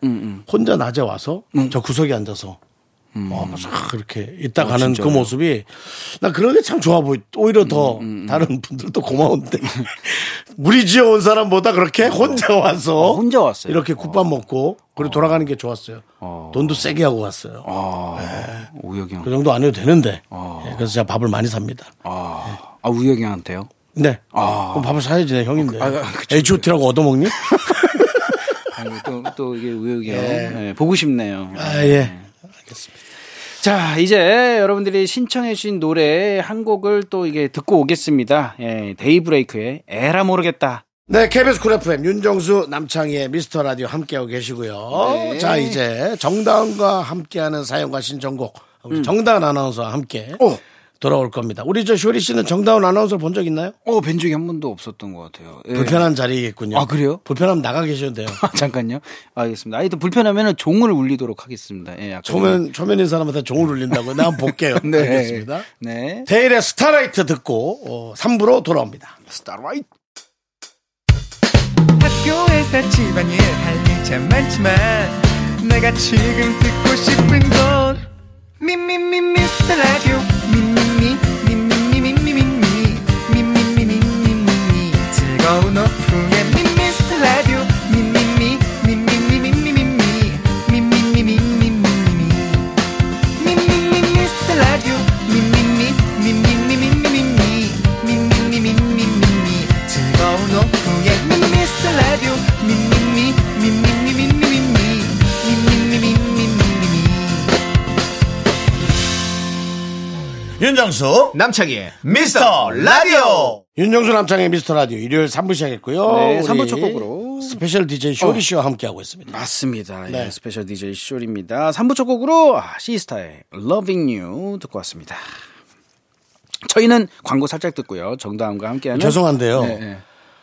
S1: 혼자 낮에 와서
S2: 음.
S1: 저 구석에 앉아서 어, 막 이렇게 있다
S2: 어,
S1: 가는 그 모습이 나 그런 게 참 좋아 보이. 오히려
S2: 음,
S1: 더 다른 분들도 고마운데 <laughs> 무리 지어 온 사람보다 그렇게 혼자 와서
S2: 어, 혼자 왔어요.
S1: 이렇게 국밥 먹고 그리고 돌아가는 게 좋았어요. 돈도 세게 하고 갔어요.
S2: 아, 우혁이 형.
S1: 그 정도 안 해도 되는데 예, 그래서 제가 밥을 많이 삽니다.
S2: 아, 아 우혁이 형한테요?
S1: 네.
S2: 아.
S1: 그럼 밥을 사야지, 내 형인데.
S2: 아, 아, 그쵸.
S1: H.O.T.라고
S2: <laughs>
S1: 얻어먹니?
S2: 아니, 또, 또 이게 우혁이 형. 네, 보고 싶네요.
S1: 아, 예.
S2: 자, 이제 여러분들이 신청해주신 노래 한 곡을 또 이게 듣고 오겠습니다. 예, 데이브레이크의 에라 모르겠다.
S1: 네, KBS 쿨 FM 윤정수 남창희의 미스터 라디오 함께하고 계시고요.
S2: 네.
S1: 자, 이제 정다은과 함께하는 사연과 신청곡
S2: 음.
S1: 우리 정다은 아나운서와 함께 돌아올 겁니다. 우리 저 쇼리 씨는 정다은 아나운서 본 적 있나요?
S2: 어, 뵌 적이 한 번도 없었던 것 같아요. 예.
S1: 불편한 자리겠군요.
S2: 아, 그래요?
S1: 불편하면 나가 계셔도 돼요.
S2: 아, <laughs> 잠깐요. 알겠습니다. 하여튼 불편하면 종을 울리도록 하겠습니다. 예, 아까
S1: 초면 초면인 사람한테 종을 울린다고요. 나 한번 볼게요.
S2: <laughs> 네.
S1: 알겠습니다.
S2: 네.
S1: 데일의 스타라이트 듣고 어, 3부로 돌아옵니다.
S2: 스타라이트.
S7: 학교에서 집안일 할 일 참 많지만 내가 지금 듣고 싶은 건 미미미 미스터 라디오 미미미 미미미 미미미 미미미 미미미 미미미 즐거운 오후 미미스터 라디오 미미미 미미미 미미미
S8: 윤정수
S3: 남창희의
S8: 미스터 라디오
S1: 윤정수 남창의 미스터 라디오 일요일 3부 시작했고요.
S2: 네, 삼부
S1: 우리
S2: 첫 곡으로. 어.
S1: 스페셜 DJ 쇼리 씨와 함께하고 있습니다.
S2: 맞습니다. 예,
S1: 네.
S2: 스페셜 DJ 쇼리입니다. 3부 첫 곡으로 아, 시스타의 Loving You 듣고 왔습니다. 저희는 광고 살짝 듣고요. 정다음과 함께하는
S1: 죄송한데요.
S2: 네, 네.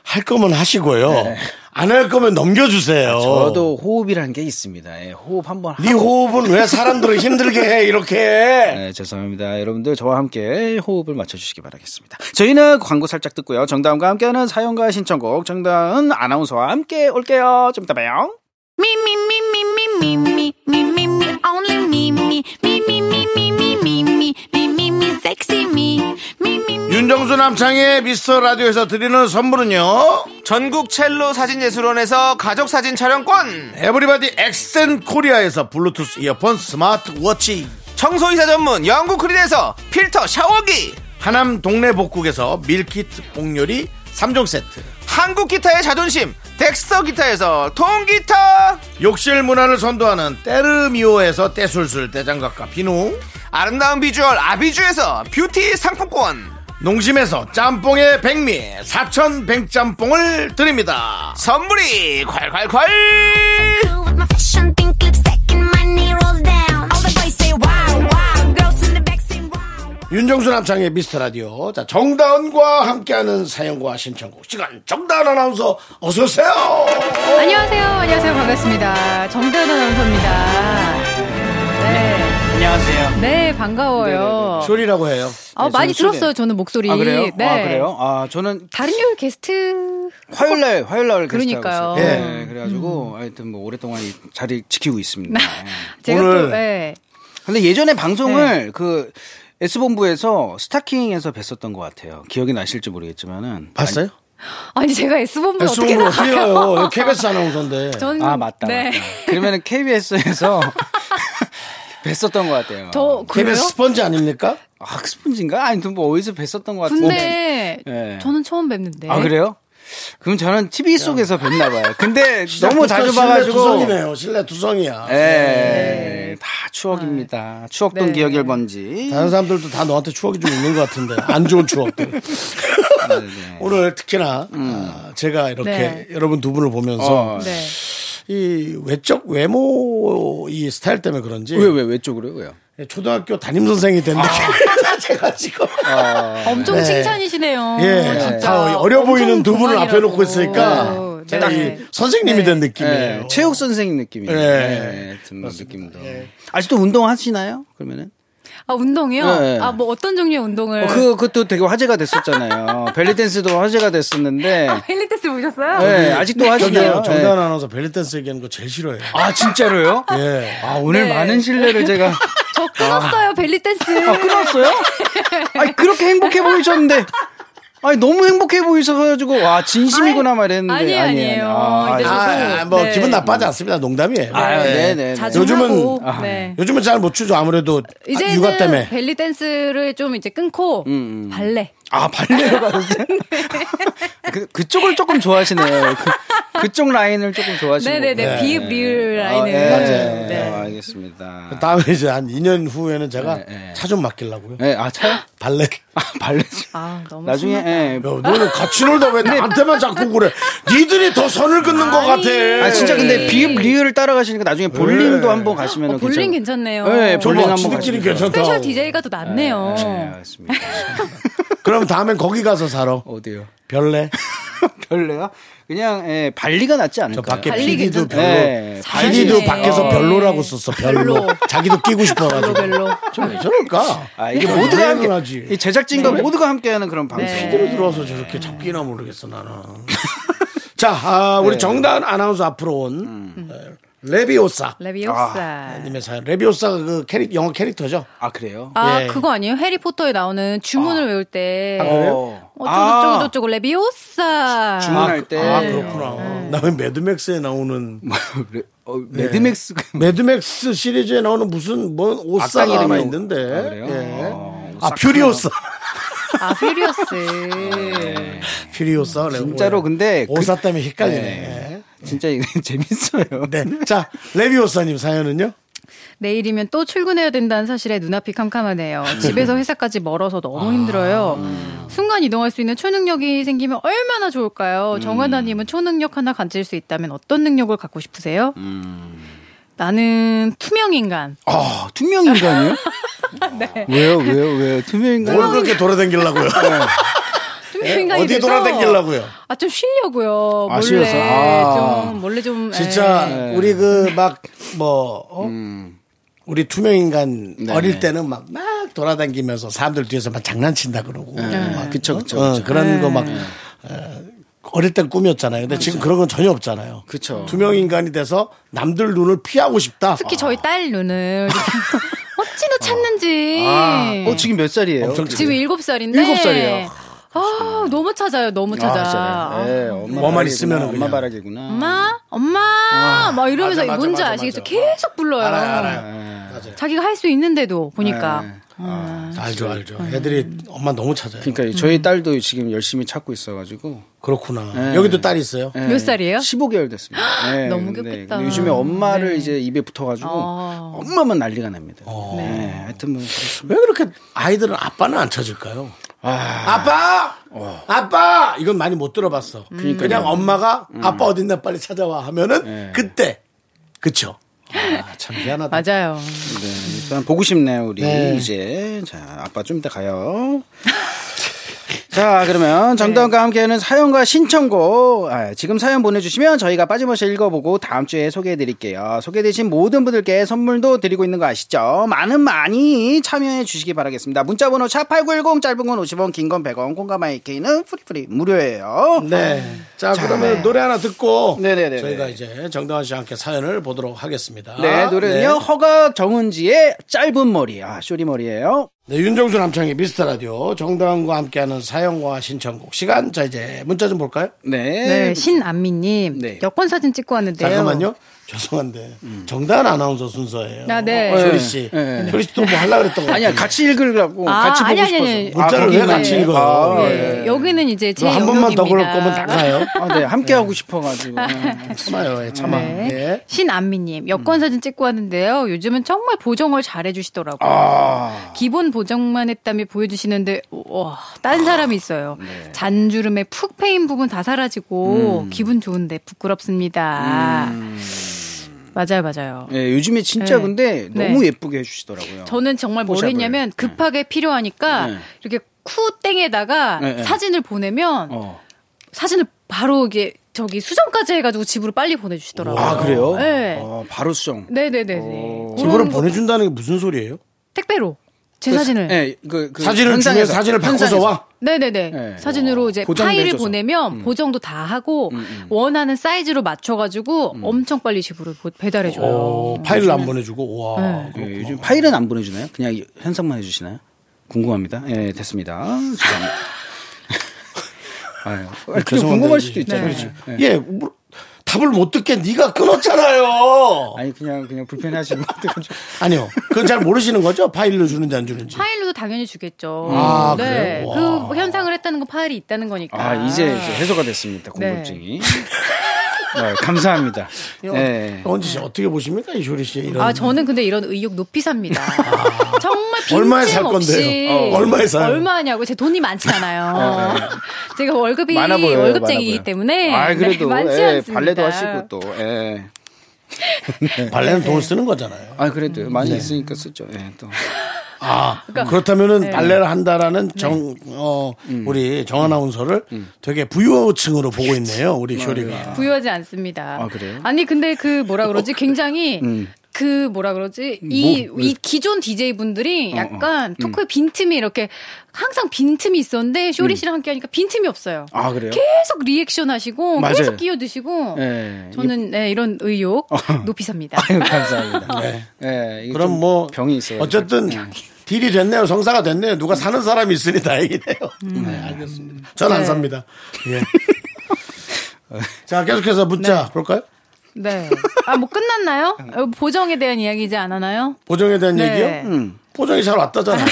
S1: 할 거면 하시고요. 안 할 거면 넘겨주세요.
S2: 아, 저도 호흡이라는 게 있습니다. 예, 호흡 한번
S1: 네 호흡은 왜 사람들을 힘들게 해 이렇게 해?
S2: 네, 죄송합니다. 여러분들 저와 함께 호흡을 맞춰주시기 바라겠습니다. 저희는 광고 살짝 듣고요. 정다은과 함께하는 사연과 신청곡 정다은 아나운서와 함께 올게요. 좀 이따 봐요.
S6: Me, me, me, me, me, me, me, me, me, me, only me, me, me, me, me, me, me, me, me, me, me, me, sexy me, me, me, me.
S1: 윤정수 남창의 미스터 라디오에서 드리는 선물은요.
S3: 전국 첼로 사진예술원에서 가족 사진 촬영권
S1: 에브리바디 엑센 코리아에서 블루투스 이어폰 스마트 워치
S3: 청소이사 전문 영국 크린에서 필터 샤워기
S1: 하남 동네 복국에서 밀키트 복요리 3종 세트
S3: 한국 기타의 자존심 덱스터 기타에서 통기타
S1: 욕실 문화를 선도하는 때르미오에서 때술술 때장갑과 비누
S3: 아름다운 비주얼 아비주에서 뷰티 상품권
S1: 농심에서 짬뽕의 백미 사천 백짬뽕을 드립니다
S3: 선물이 콸콸콸
S6: With my fashion pink lipstick and my knee rolls down. All the boys say wow, wow. Girls in the back say wow.
S1: 윤정수 남창의 미스터라디오 자 정다은과 함께하는 사연과 신청곡 시간 정다은 아나운서 어서오세요
S9: 안녕하세요. 안녕하세요. 반갑습니다. 정다은 아나운서입니다. 네.
S2: 안녕하세요.
S9: 네, 반가워요.
S1: 쇼리라고 해요
S9: 아,
S2: 네,
S9: 많이
S2: 저는
S9: 들었어요. 저는 목소리.
S2: 아 그래요?
S9: 네.
S2: 아 그래요? 아 저는
S9: 다른 요일 게스트
S2: 화요일 날 화요일 날 게스트하고
S9: 그러니까요. 음.
S2: 있어요.
S1: 예.
S2: 네, 그래가지고 하여튼 뭐 오랫동안 이 자리 지키고 있습니다.
S9: 네. 제가
S1: 오늘
S9: 또 네.
S2: 근데 예전에 방송을 그 S 본부에서 스타킹에서 뵀었던 것 같아요. 기억이 나실지 모르겠지만은
S1: 봤어요?
S9: 아니 제가 S본부 어떻게
S1: 네, S본부 어떻게 가요?
S9: 나가요?
S1: 여기 KBS 아나운서인데
S9: 전-
S2: 아 맞다.
S9: 네.
S2: 맞다. 그러면은 KBS에서 <laughs> 뵀었던 것 같아요.
S9: 저 그래요?
S1: KBS 스펀지 아닙니까?
S2: 학스폰지인가? 아니 뭐 어디서 뵀었던 것 같은데.
S9: 근데
S2: 네.
S9: 저는 처음 뵙는데.
S2: 아 그래요? 그럼 저는 TV 속에서 뵀나 봐요.
S1: <laughs>
S2: 근데 너무 자주
S1: 실내
S2: 봐가지고.
S1: 투성이네요 실내 투성이야
S2: 예. 다 추억입니다. 추억던
S9: 네.
S2: 기억일 번지.
S1: 다른 사람들도 다 너한테 추억이 좀 있는 것 같은데 안 좋은
S2: <laughs>
S1: 추억들.
S2: 네.
S1: 오늘 특히나 아, 제가 이렇게
S9: 네.
S1: 여러분 두 분을 보면서
S2: 음. 어.
S9: 네.
S1: 이 외적 외모 이 스타일 때문에 그런지
S2: 왜왜 왼쪽으로 왜요? 아.
S1: 초등학교 담임 선생이 된 느낌. <laughs> 제가 지금
S2: 어.
S9: 엄청 칭찬이시네요.
S1: 예,
S9: 진짜.
S1: 다 어려 보이는
S9: 엄청
S1: 두 분을 앞에
S9: 동안이라고.
S1: 놓고 있으니까
S9: 네.
S1: 제가
S9: 네.
S1: 이 선생님이 된 느낌이에요.
S2: 예, 체육 선생님 느낌이에요.
S1: 예.
S2: 예. 예. 뭐 느낌도. 아직도 운동하시나요? 그러면은?
S9: 아 운동이요?
S2: 네.
S9: 아 뭐 어떤 종류의 운동을?
S2: 어, 그 그것도 되게 화제가 됐었잖아요. <laughs> 벨리 댄스도 화제가 됐었는데.
S9: 헬리 테스트 아, 보셨어요?
S1: 네.
S2: 예, 아직도
S1: 저기요,
S2: 하시나요?
S1: 정단
S2: 예.
S1: 아나운서 벨리댄스 얘기하는 거 제일 싫어해요.
S2: 아 진짜로요?
S1: 예.
S2: 아 오늘
S9: 네.
S2: 많은 신뢰를 제가
S9: 저 끊었어요 벨리 댄스. <laughs>
S2: 아, 끊었어요? 아니 그렇게 행복해 보이셨는데 아니 너무 행복해 보이셔가지고 와 진심이구나 말했는데
S9: 아니, 아니에요. 이제
S2: 아,
S9: 저도-
S1: 아, 아, 뭐
S9: 네.
S1: 기분 나빠지 않습니다. 농담이에요.
S2: 아, 네네. 네.
S9: 자주
S1: 요즘은-
S9: 하고.
S1: 아,
S9: 네.
S1: 요즘은 잘 못 추죠. 아무래도 아,
S9: 이제는
S1: 육아
S2: <laughs>
S1: 때문에.
S9: 벨리 댄스를 좀 이제 끊고 발레.
S2: 아 발레로 가세요? 그 그쪽을 조금 좋아하시네요. 그, 그쪽 라인을 조금 좋아하시는
S9: 네네네
S2: 거구나.
S9: 비읍 리을 라인을.
S2: 아, 네.
S9: 네.
S2: 네. 어, 알겠습니다.
S1: <laughs> 다음에 이제 한 2년 후에는 제가
S2: 네, 네.
S1: 차 좀 맡기려고요.
S2: 네, 아 차요?
S1: 발레.
S2: <laughs> 아 발레.
S9: 아 너무
S2: 나중에
S9: 심하다.
S2: 예.
S1: 야, 너는 같이 놀다 왜 나한테만 자꾸 그래? 니들이 더 선을 긋는 것 같아.
S2: 아 진짜 근데 비읍 리을 따라가시니까
S1: 네.
S2: 나중에 볼링도 한번 가시면
S9: 네. 어, 볼링 괜찮네요. 어, 뭐
S2: 네,
S1: 저거
S2: 볼링 한번
S1: 지들끼리
S2: 가시죠.
S1: 괜찮다.
S9: 스페셜 DJ가 더 낫네요.
S1: <laughs>
S2: 네, 알겠습니다.
S1: 그럼 다음엔 거기 가서 살아.
S2: 어디요?
S1: 별래.
S2: <laughs> 별로요? 그냥 예, 발리가 낫지
S1: 저
S2: 않을까요?
S1: 밖에
S9: 발리
S1: PD도
S9: 괜찮다.
S1: 별로.
S2: 네,
S1: PD도
S9: 잘하시네.
S1: 밖에서
S9: 어.
S1: 별로라고 썼어. 별로.
S9: 별로.
S1: 자기도 끼고 싶어가지고.
S9: 별로 별로.
S1: 저왜 저럴까?
S2: 아 이게
S1: 왜
S2: 모두가
S1: 이런 걸
S2: 함께
S1: 네. 하지? 네.
S2: 이 제작진과 모두가 함께하는 그런
S9: 네.
S2: 방송.
S1: 피디로 들어와서 저렇게 잡기나 모르겠어
S2: <laughs>
S1: 나는. 자, 아,
S2: 네.
S1: 우리 정다은 아나운서 앞으로 온
S2: 음.
S1: 어, 레비오사.
S9: 레비오사.
S1: 님의 사연. 레비오사가 그 캐릭 영어 캐릭터죠.
S2: 아 그래요?
S9: 아
S1: 예.
S9: 그거 아니에요? 해리포터에 나오는 주문을 외울 때
S2: 그래요? 아.
S9: 아, 어쩌고 저쩌고 저쩌고 레비오사.
S2: 주문할 때.
S1: 아 그렇구나.
S2: 네.
S1: 나 왜 매드맥스에 나오는
S2: 그래? 어,
S1: 네.
S2: 매드맥스가 <laughs>
S1: 매드맥스 시리즈에 나오는 무슨 뭔 오사가
S2: 악당
S1: 하나
S2: 이름이
S1: 있는데.
S2: 오- 아, 그래요?
S1: 예.
S2: 어,
S1: 아 퓨리오사.
S9: 아 퓨리오스.
S1: 퓨리오사. 예.
S2: 진짜로 근데 그- 예.
S1: 오사 때문에 헷갈리네. 예.
S2: 네. 진짜 이거 <laughs> 재밌어요.
S1: 네. 자, 레비오사님 사연은요?
S9: 내일이면 또 출근해야 된다는 사실에 눈앞이 캄캄하네요.
S1: 아.
S9: 집에서 회사까지 멀어서 너무 힘들어요. 순간 이동할 수 있는 초능력이 생기면 얼마나
S1: 음.
S9: 좋을까요? 정하나님은 초능력 하나 가질 수 있다면 어떤 능력을 갖고 싶으세요?
S1: 음.
S9: 나는 투명 인간.
S2: 아, 투명
S9: <laughs>
S2: 인간이요?
S9: 네.
S2: 왜요, 왜요, 왜요? 투명 인간.
S1: 뭘 그렇게
S9: <laughs>
S1: 돌아다니려고요?
S9: 투명 인간이
S1: 어디
S9: 돼서
S1: 돌아다니려고요?
S9: 아 좀 쉬려고요.
S2: 아,
S9: 몰래
S2: 쉬어서. 아.
S9: 좀 몰래 좀
S1: <laughs>
S9: 예.
S1: 진짜
S9: 에.
S2: 네.
S1: 우리 그 막 뭐 어?
S2: 음.
S1: 우리 투명 인간
S2: 네,
S1: 어릴 때는 막 막 돌아다니면서 사람들 뒤에서 막 장난친다 그러고 막
S2: 네. 아, 그쵸, 그쵸, 네.
S1: 어,
S2: 그쵸.
S1: 그런 거 막 어릴 땐 꿈이었잖아요. 근데 지금 그런 건 전혀 없잖아요.
S2: 그쵸.
S1: 투명 인간이 돼서 남들 눈을 피하고 싶다. 아,
S9: 특히 저희
S1: <laughs>
S9: 딸 눈을 <laughs> 어찌나 찾는지.
S1: 아,
S2: 어, 지금 몇 살이에요?
S1: 엄청
S9: 지금 일곱 살인데.
S2: 일곱 살이에요.
S9: 아, 너무 찾아요. 너무 찾아.
S2: 아, 네, 엄마
S1: 뭐만
S2: 바라기구나,
S1: 있으면은
S2: 엄마
S1: 그냥.
S2: 바라기구나.
S9: 엄마, 엄마, 막 이러면서
S1: 맞아, 맞아,
S9: 뭔지
S1: 맞아,
S9: 아시겠죠?
S1: 맞아.
S9: 계속 불러요.
S1: 알아요, 네, 알아요.
S9: 자기가 할 수 있는데도 보니까. 아,
S1: 알죠,
S9: 네.
S1: 알죠. 애들이 엄마 너무 찾아요.
S2: 그러니까
S9: 음.
S2: 저희 딸도 지금 열심히 찾고 있어가지고
S1: 그렇구나. 여기도 딸이 있어요.
S2: 네,
S9: 몇 살이에요?
S2: 15개월 됐습니다. 네,
S9: 너무
S2: 근데
S9: 귀엽겠다.
S2: 근데 요즘에 엄마를
S9: 네.
S2: 이제 입에 붙어가지고
S9: 아.
S2: 엄마만 난리가 납니다.
S1: 어.
S2: 네.
S9: 네.
S2: 하여튼 뭐 그렇습니다.
S1: 왜 그렇게 아이들은 아빠는 안 찾을까요?
S2: 아,
S1: 아빠! 아빠! 이건 많이 못 들어봤어. 그냥 엄마가
S2: 음.
S1: 아빠 어딨나 빨리 찾아와 하면은
S2: 네.
S1: 그때. 그쵸? 아, 참 미안하다.
S9: 맞아요.
S2: 네, 일단 보고 싶네요 우리
S1: 네.
S2: 이제 자 아빠 좀 이따 가요. <laughs> 자 그러면 정다운과 함께하는 사연과 신청곡 아, 지금 사연 보내주시면 저희가 빠짐없이 읽어보고 다음 주에 소개해드릴게요 소개되신 모든 분들께 선물도 드리고 있는 거 아시죠 많은 많이 참여해 주시기 바라겠습니다 문자번호 샵8910 짧은 건 50원 긴 건 100원 콩가마이케이는 프리프리 무료예요
S1: 네. 자, 그러면 노래 하나 듣고
S2: 네네네네.
S1: 저희가 이제 정다은 씨와 함께 사연을 보도록 하겠습니다.
S2: 네 노래는요 허가 정은지의 짧은 머리 아 쇼리머리예요
S1: 네, 윤정수 남창의 미스터 라디오 정다은과 함께하는 사연과 신청곡 시간. 자, 이제 문자 좀 볼까요?
S9: 네,
S1: 그렇죠.
S9: 신안미님.
S2: 네. 음.
S9: 여권 사진 찍고 왔는데요.
S1: 잠깐만요. 죄송한데 정다은 아나운서 순서예요.
S9: 아, 네.
S1: 어, 쇼리 씨.
S2: 네.
S1: 쇼리 씨도 뭐 하려고 그랬던 거 같아요.
S2: 아니야 같이 읽으려고
S9: 예. 아,
S2: 같이 보고
S9: 아니, 아니,
S2: 싶어서
S9: 아니.
S1: 문자를 왜
S9: 예.
S2: 거기만.
S1: 같이 읽어요?
S2: 아,
S9: 네, 여기는 이제 제
S1: 한 번만 더 예. 그럴 거면
S9: 영역입니다.
S2: <laughs>
S1: 나가요.
S2: 아, 네 함께 하고 싶어가지고
S1: 참아요, 예, 참아.
S9: 네.
S1: 예.
S9: 신안미님
S1: 음.
S9: 여권 사진 찍고 왔는데요. 요즘은 정말 보정을 잘해주시더라고요.
S2: 아.
S9: 기본 보정만 했다며 보여주시는데 와딴 사람이 있어요.
S2: 네.
S9: 잔주름에 푹 패인 부분 다 사라지고
S2: 음.
S9: 기분 좋은데 부끄럽습니다. 맞아요, 맞아요.
S2: 네, 요즘에 진짜
S9: 아. 네.
S2: 근데
S9: 네.
S2: 너무 예쁘게 해주시더라고요.
S9: 저는 정말 뭘
S2: 포샵을.
S9: 했냐면 급하게 필요하니까
S2: 네.
S9: 이렇게 쿠땡에다가
S2: 네, 네.
S9: 사진을 보내면
S2: 어.
S9: 사진을 바로 이게 저기 수정까지 해가지고 집으로 빨리 보내주시더라고요.
S2: 아 그래요?
S9: 네.
S2: 어, 바로 수정.
S9: 네네네.
S2: 오.
S1: 집으로 보내준다는 게 무슨 소리예요?
S9: 택배로 제 사진을.
S2: 네, 그, 그
S1: 사진을 주면
S2: 현장에서,
S1: 사진을 바꿔서
S2: 현장에서.
S1: 와.
S9: 네네네.
S2: 네.
S9: 사진으로
S2: 와.
S9: 이제
S2: 보정도
S9: 파일을
S2: 해줘서. 음.
S9: 보내면 보정도 다 하고 원하는 사이즈로 맞춰가지고
S2: 음.
S9: 엄청 빨리 집으로 보- 배달해줘요.
S1: 어, 파일을 안 보내주고 와.
S2: 예, 요즘 파일은 안 보내주나요? 그냥 현상만 해주시나요? 궁금합니다. 예, 됐습니다.
S1: <laughs>
S2: 죄송합니다. 아유, 아니, 그게
S1: 죄송한데
S2: 궁금할
S1: 이제
S2: 수도 있잖아요.
S9: 네.
S2: 예.
S1: 예, 뭐, 답을 못 듣게 네가 끊었잖아요.
S2: 아니 그냥 그냥 불편하시면 어떡하죠?
S1: 아니요, 그건 잘 모르시는 거죠? 파일로 주는지 안
S2: 아,
S1: 주는지.
S9: 파일로도 당연히 주겠죠.
S1: 아,
S9: 네.
S1: 그래요? 와.
S9: 그 현상을 했다는 건 파일이 있다는 거니까.
S2: 아, 이제, 이제 해소가 됐습니다.
S9: 네.
S2: 궁금증이. 네, 감사합니다. 네.
S1: 언지 씨 어떻게 보십니까 이 쇼리 씨 이런.
S9: 아, 저는 근데 이런 의욕
S2: <laughs>
S9: 높이 삽니다.
S2: 아.
S9: 정말 빈틈
S1: 얼마에 살
S9: 없이
S1: 건데요? 어. 얼마에 사요?
S9: 얼마냐고 제 돈이 많잖아요. <laughs> 제가 월급이
S2: 네, 많아 보여요, 많아
S9: 월급쟁이이기
S2: 보여요.
S9: 때문에
S2: 아, 그래도
S9: 네, 많지
S2: 예,
S9: 않습니다.
S2: 발레도 하시고 또. 예.
S1: 발레는
S2: 네.
S1: 돈 쓰는 거잖아요.
S2: 아, 그래도
S9: 음.
S2: 많이
S9: 네.
S2: 있으니까 쓰죠. 예, 또. <laughs>
S1: 아, 그렇다면은 발레를 한다라는 정, 어,
S2: 음.
S1: 우리 정 아나운서를 되게 부유층으로 보고 있네요, 우리
S2: 음.
S1: 쇼리가.
S9: 부유하지 않습니다.
S2: 아, 그래요? 어, 음.
S9: 니 근데 그 뭐라 그러지? 굉장히 그 뭐라 그러지? 이,
S2: 뭐, 왜? 어, 음.
S9: 이 기존 DJ분들이 약간 토크의 빈틈이 이렇게 항상 빈틈이 있었는데 쇼리 씨랑 함께 하니까 빈틈이 없어요.
S2: 음. 아, 그래요?
S9: 계속 리액션 하시고
S2: 맞아요.
S9: 계속 끼어드시고
S2: 예. 어.
S9: 저는 네, 이런 의욕 높이 삽니다.
S2: 아유, 감사합니다. 예. 이게
S1: 네. 그럼
S2: 좀
S1: 뭐.
S2: 병이 있어요.
S1: 어쨌든 딜이 됐네요, 성사가 됐네요. 누가 사는 사람이 있으니 다행이네요. 네,
S2: 음.
S1: 알겠습니다. 전 안 삽니다.
S2: <laughs>
S1: 예. 자, 계속해서 문자 볼까요?
S9: 네. 아, 뭐 끝났나요? 어, 보정에 대한 이야기 이제 안 하나요?
S1: 보정에 대한
S9: 네.
S1: 얘기요?
S2: 음.
S1: 보정이 잘 왔다잖아요.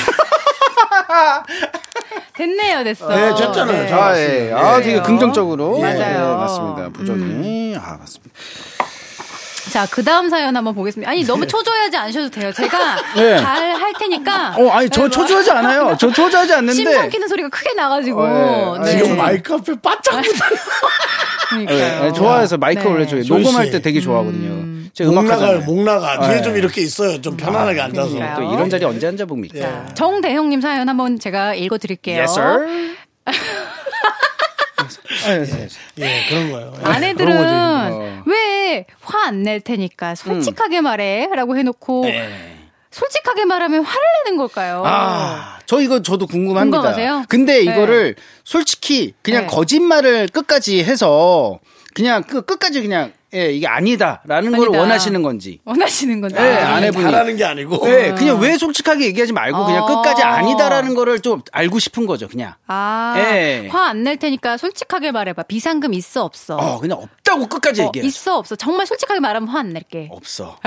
S9: 됐네요, 됐어.
S1: 네, 됐잖아요. 잘
S2: 아,
S1: 왔습니다.
S2: 예. 아, 되게
S9: 그래요? 음.
S2: 긍정적으로.
S9: 맞아요.
S2: 예, 맞습니다. 부정이. 아, 맞습니다.
S9: 자, 그 다음 사연 한번 보겠습니다. 아니, 너무 초조해하지 않으셔도 돼요. 제가
S2: 네.
S9: 잘 할 테니까.
S2: 어, 아니 저
S9: 네, 뭐-
S2: 초조하지
S9: <laughs>
S2: 않아요. 저 초조하지 않는데.
S9: 심성키는 소리가 크게 나가지고. 네.
S2: 어, 예.
S1: 지금 마이크 앞에 바짝
S2: <laughs>
S9: 그러니까요.
S2: 예, 좋아해서 마이크
S9: 네.
S2: 올려줘요.
S1: 조이
S2: 녹음할
S1: 씨.
S2: 때 되게 좋아하거든요. 제가
S1: 목
S2: 음악
S1: 나가요,
S2: 하잖아요.
S1: 목 나가. 뒤에
S2: 네.
S1: 좀 이렇게 있어요. 좀 편안하게 앉아서.
S9: 그러니까요.
S2: 또 이런 자리 언제 앉아봅니까?
S9: 정대형님 사연 한번 제가 읽어드릴게요.
S2: Yes,
S9: <laughs>
S2: sir. 아, yes, yes.
S1: 예, 그런 거예요. 예.
S9: 아내들은 왜 화 안 낼 테니까 솔직하게
S2: 음.
S9: 말해라고 해놓고 솔직하게 말하면 화를 내는 걸까요?
S2: 네. 아, 저 이거 저도 궁금합니다.
S9: 어. 궁금하세요?
S2: 근데
S9: 네.
S2: 이거를 솔직히 그냥
S9: 네.
S2: 거짓말을 끝까지 해서 그냥 그 끝까지 그냥 예, 이게 아니다라는 걸
S9: 아니다.
S2: 원하시는 건지.
S9: 원하시는 건데.
S2: 예, 아내분이.
S1: 잘하는 게 아니고.
S2: 예, 그냥 왜 솔직하게 얘기하지 말고 그냥
S9: 어.
S2: 끝까지 아니다라는 거를 좀 알고 싶은 거죠, 그냥.
S9: 아,
S2: 예.
S9: 화 안 낼 테니까 솔직하게 말해봐. 비상금 있어 없어?
S2: 어, 그냥 없다고 끝까지
S9: 어,
S2: 얘기해.
S9: 있어 아. 없어? 정말 솔직하게 말하면 화 안 낼게.
S2: 없어.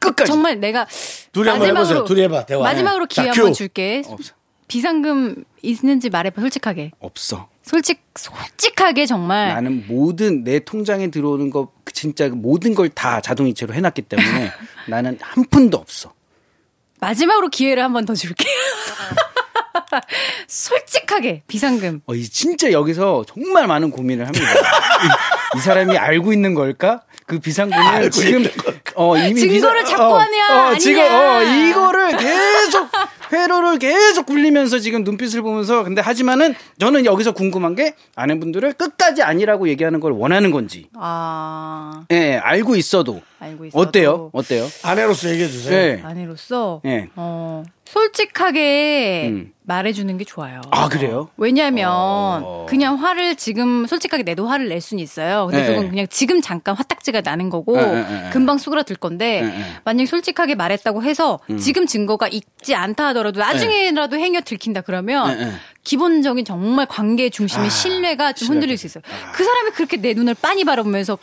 S2: 끝까지.
S9: 정말 내가
S1: 둘이 한번 해보세요.
S9: 마지막으로
S1: 둘이 해봐. 대화. 네.
S9: 마지막으로
S1: 자,
S9: 기회
S1: 큐.
S9: 한번 줄게.
S2: 없어.
S9: 비상금 있는지 말해봐 솔직하게.
S2: 없어.
S9: 솔직 솔직하게 정말.
S2: 나는 모든 내 통장에 들어오는 거 진짜 모든 걸 다 자동이체로 해놨기 때문에
S9: <laughs>
S2: 나는 한 푼도 없어.
S9: 마지막으로 기회를 한 번 더 줄게요. <laughs> 솔직하게 비상금.
S2: 어, 이 진짜 여기서 정말 많은 고민을 합니다. 이, 이 사람이 알고 있는 걸까? 그 비상금을 지금 어, 이미
S9: 증거를 잡고 하냐, 아니냐.
S2: 지금 어, 이거를 계속 회로를 계속 굴리면서 지금 눈빛을 보면서 근데 하지만은 저는 여기서 궁금한 게 아내분들을 끝까지 아니라고 얘기하는 걸 원하는 건지.
S9: 아
S2: 예, 알고 있어도.
S9: 알고 있어.
S2: 어때요? 어때요?
S1: 아내로서 얘기해 주세요.
S2: 예.
S9: 아내로서
S2: 예.
S9: 어, 솔직하게
S2: 음.
S9: 말해주는 게 좋아요.
S2: 아, 그래요?
S9: 왜냐하면
S2: 어.
S9: 그냥 화를 지금 솔직하게 내도 화를 낼 수는 있어요. 근데
S2: 예, 예.
S9: 그건 그냥 지금 잠깐 화딱지가 나는 거고
S2: 예, 예, 예.
S9: 금방 수그러들 건데
S2: 예, 예.
S9: 만약 솔직하게 말했다고 해서
S2: 음.
S9: 지금 증거가 있지 않다 하더라도 나중에라도
S2: 네.
S9: 행여 들킨다 그러면
S2: 예, 예.
S9: 기본적인 정말 관계
S2: 아,
S9: 중심의 신뢰가 좀 흔들릴 수 있어요. 그 사람이 그렇게 내 눈을 빤히 바라보면서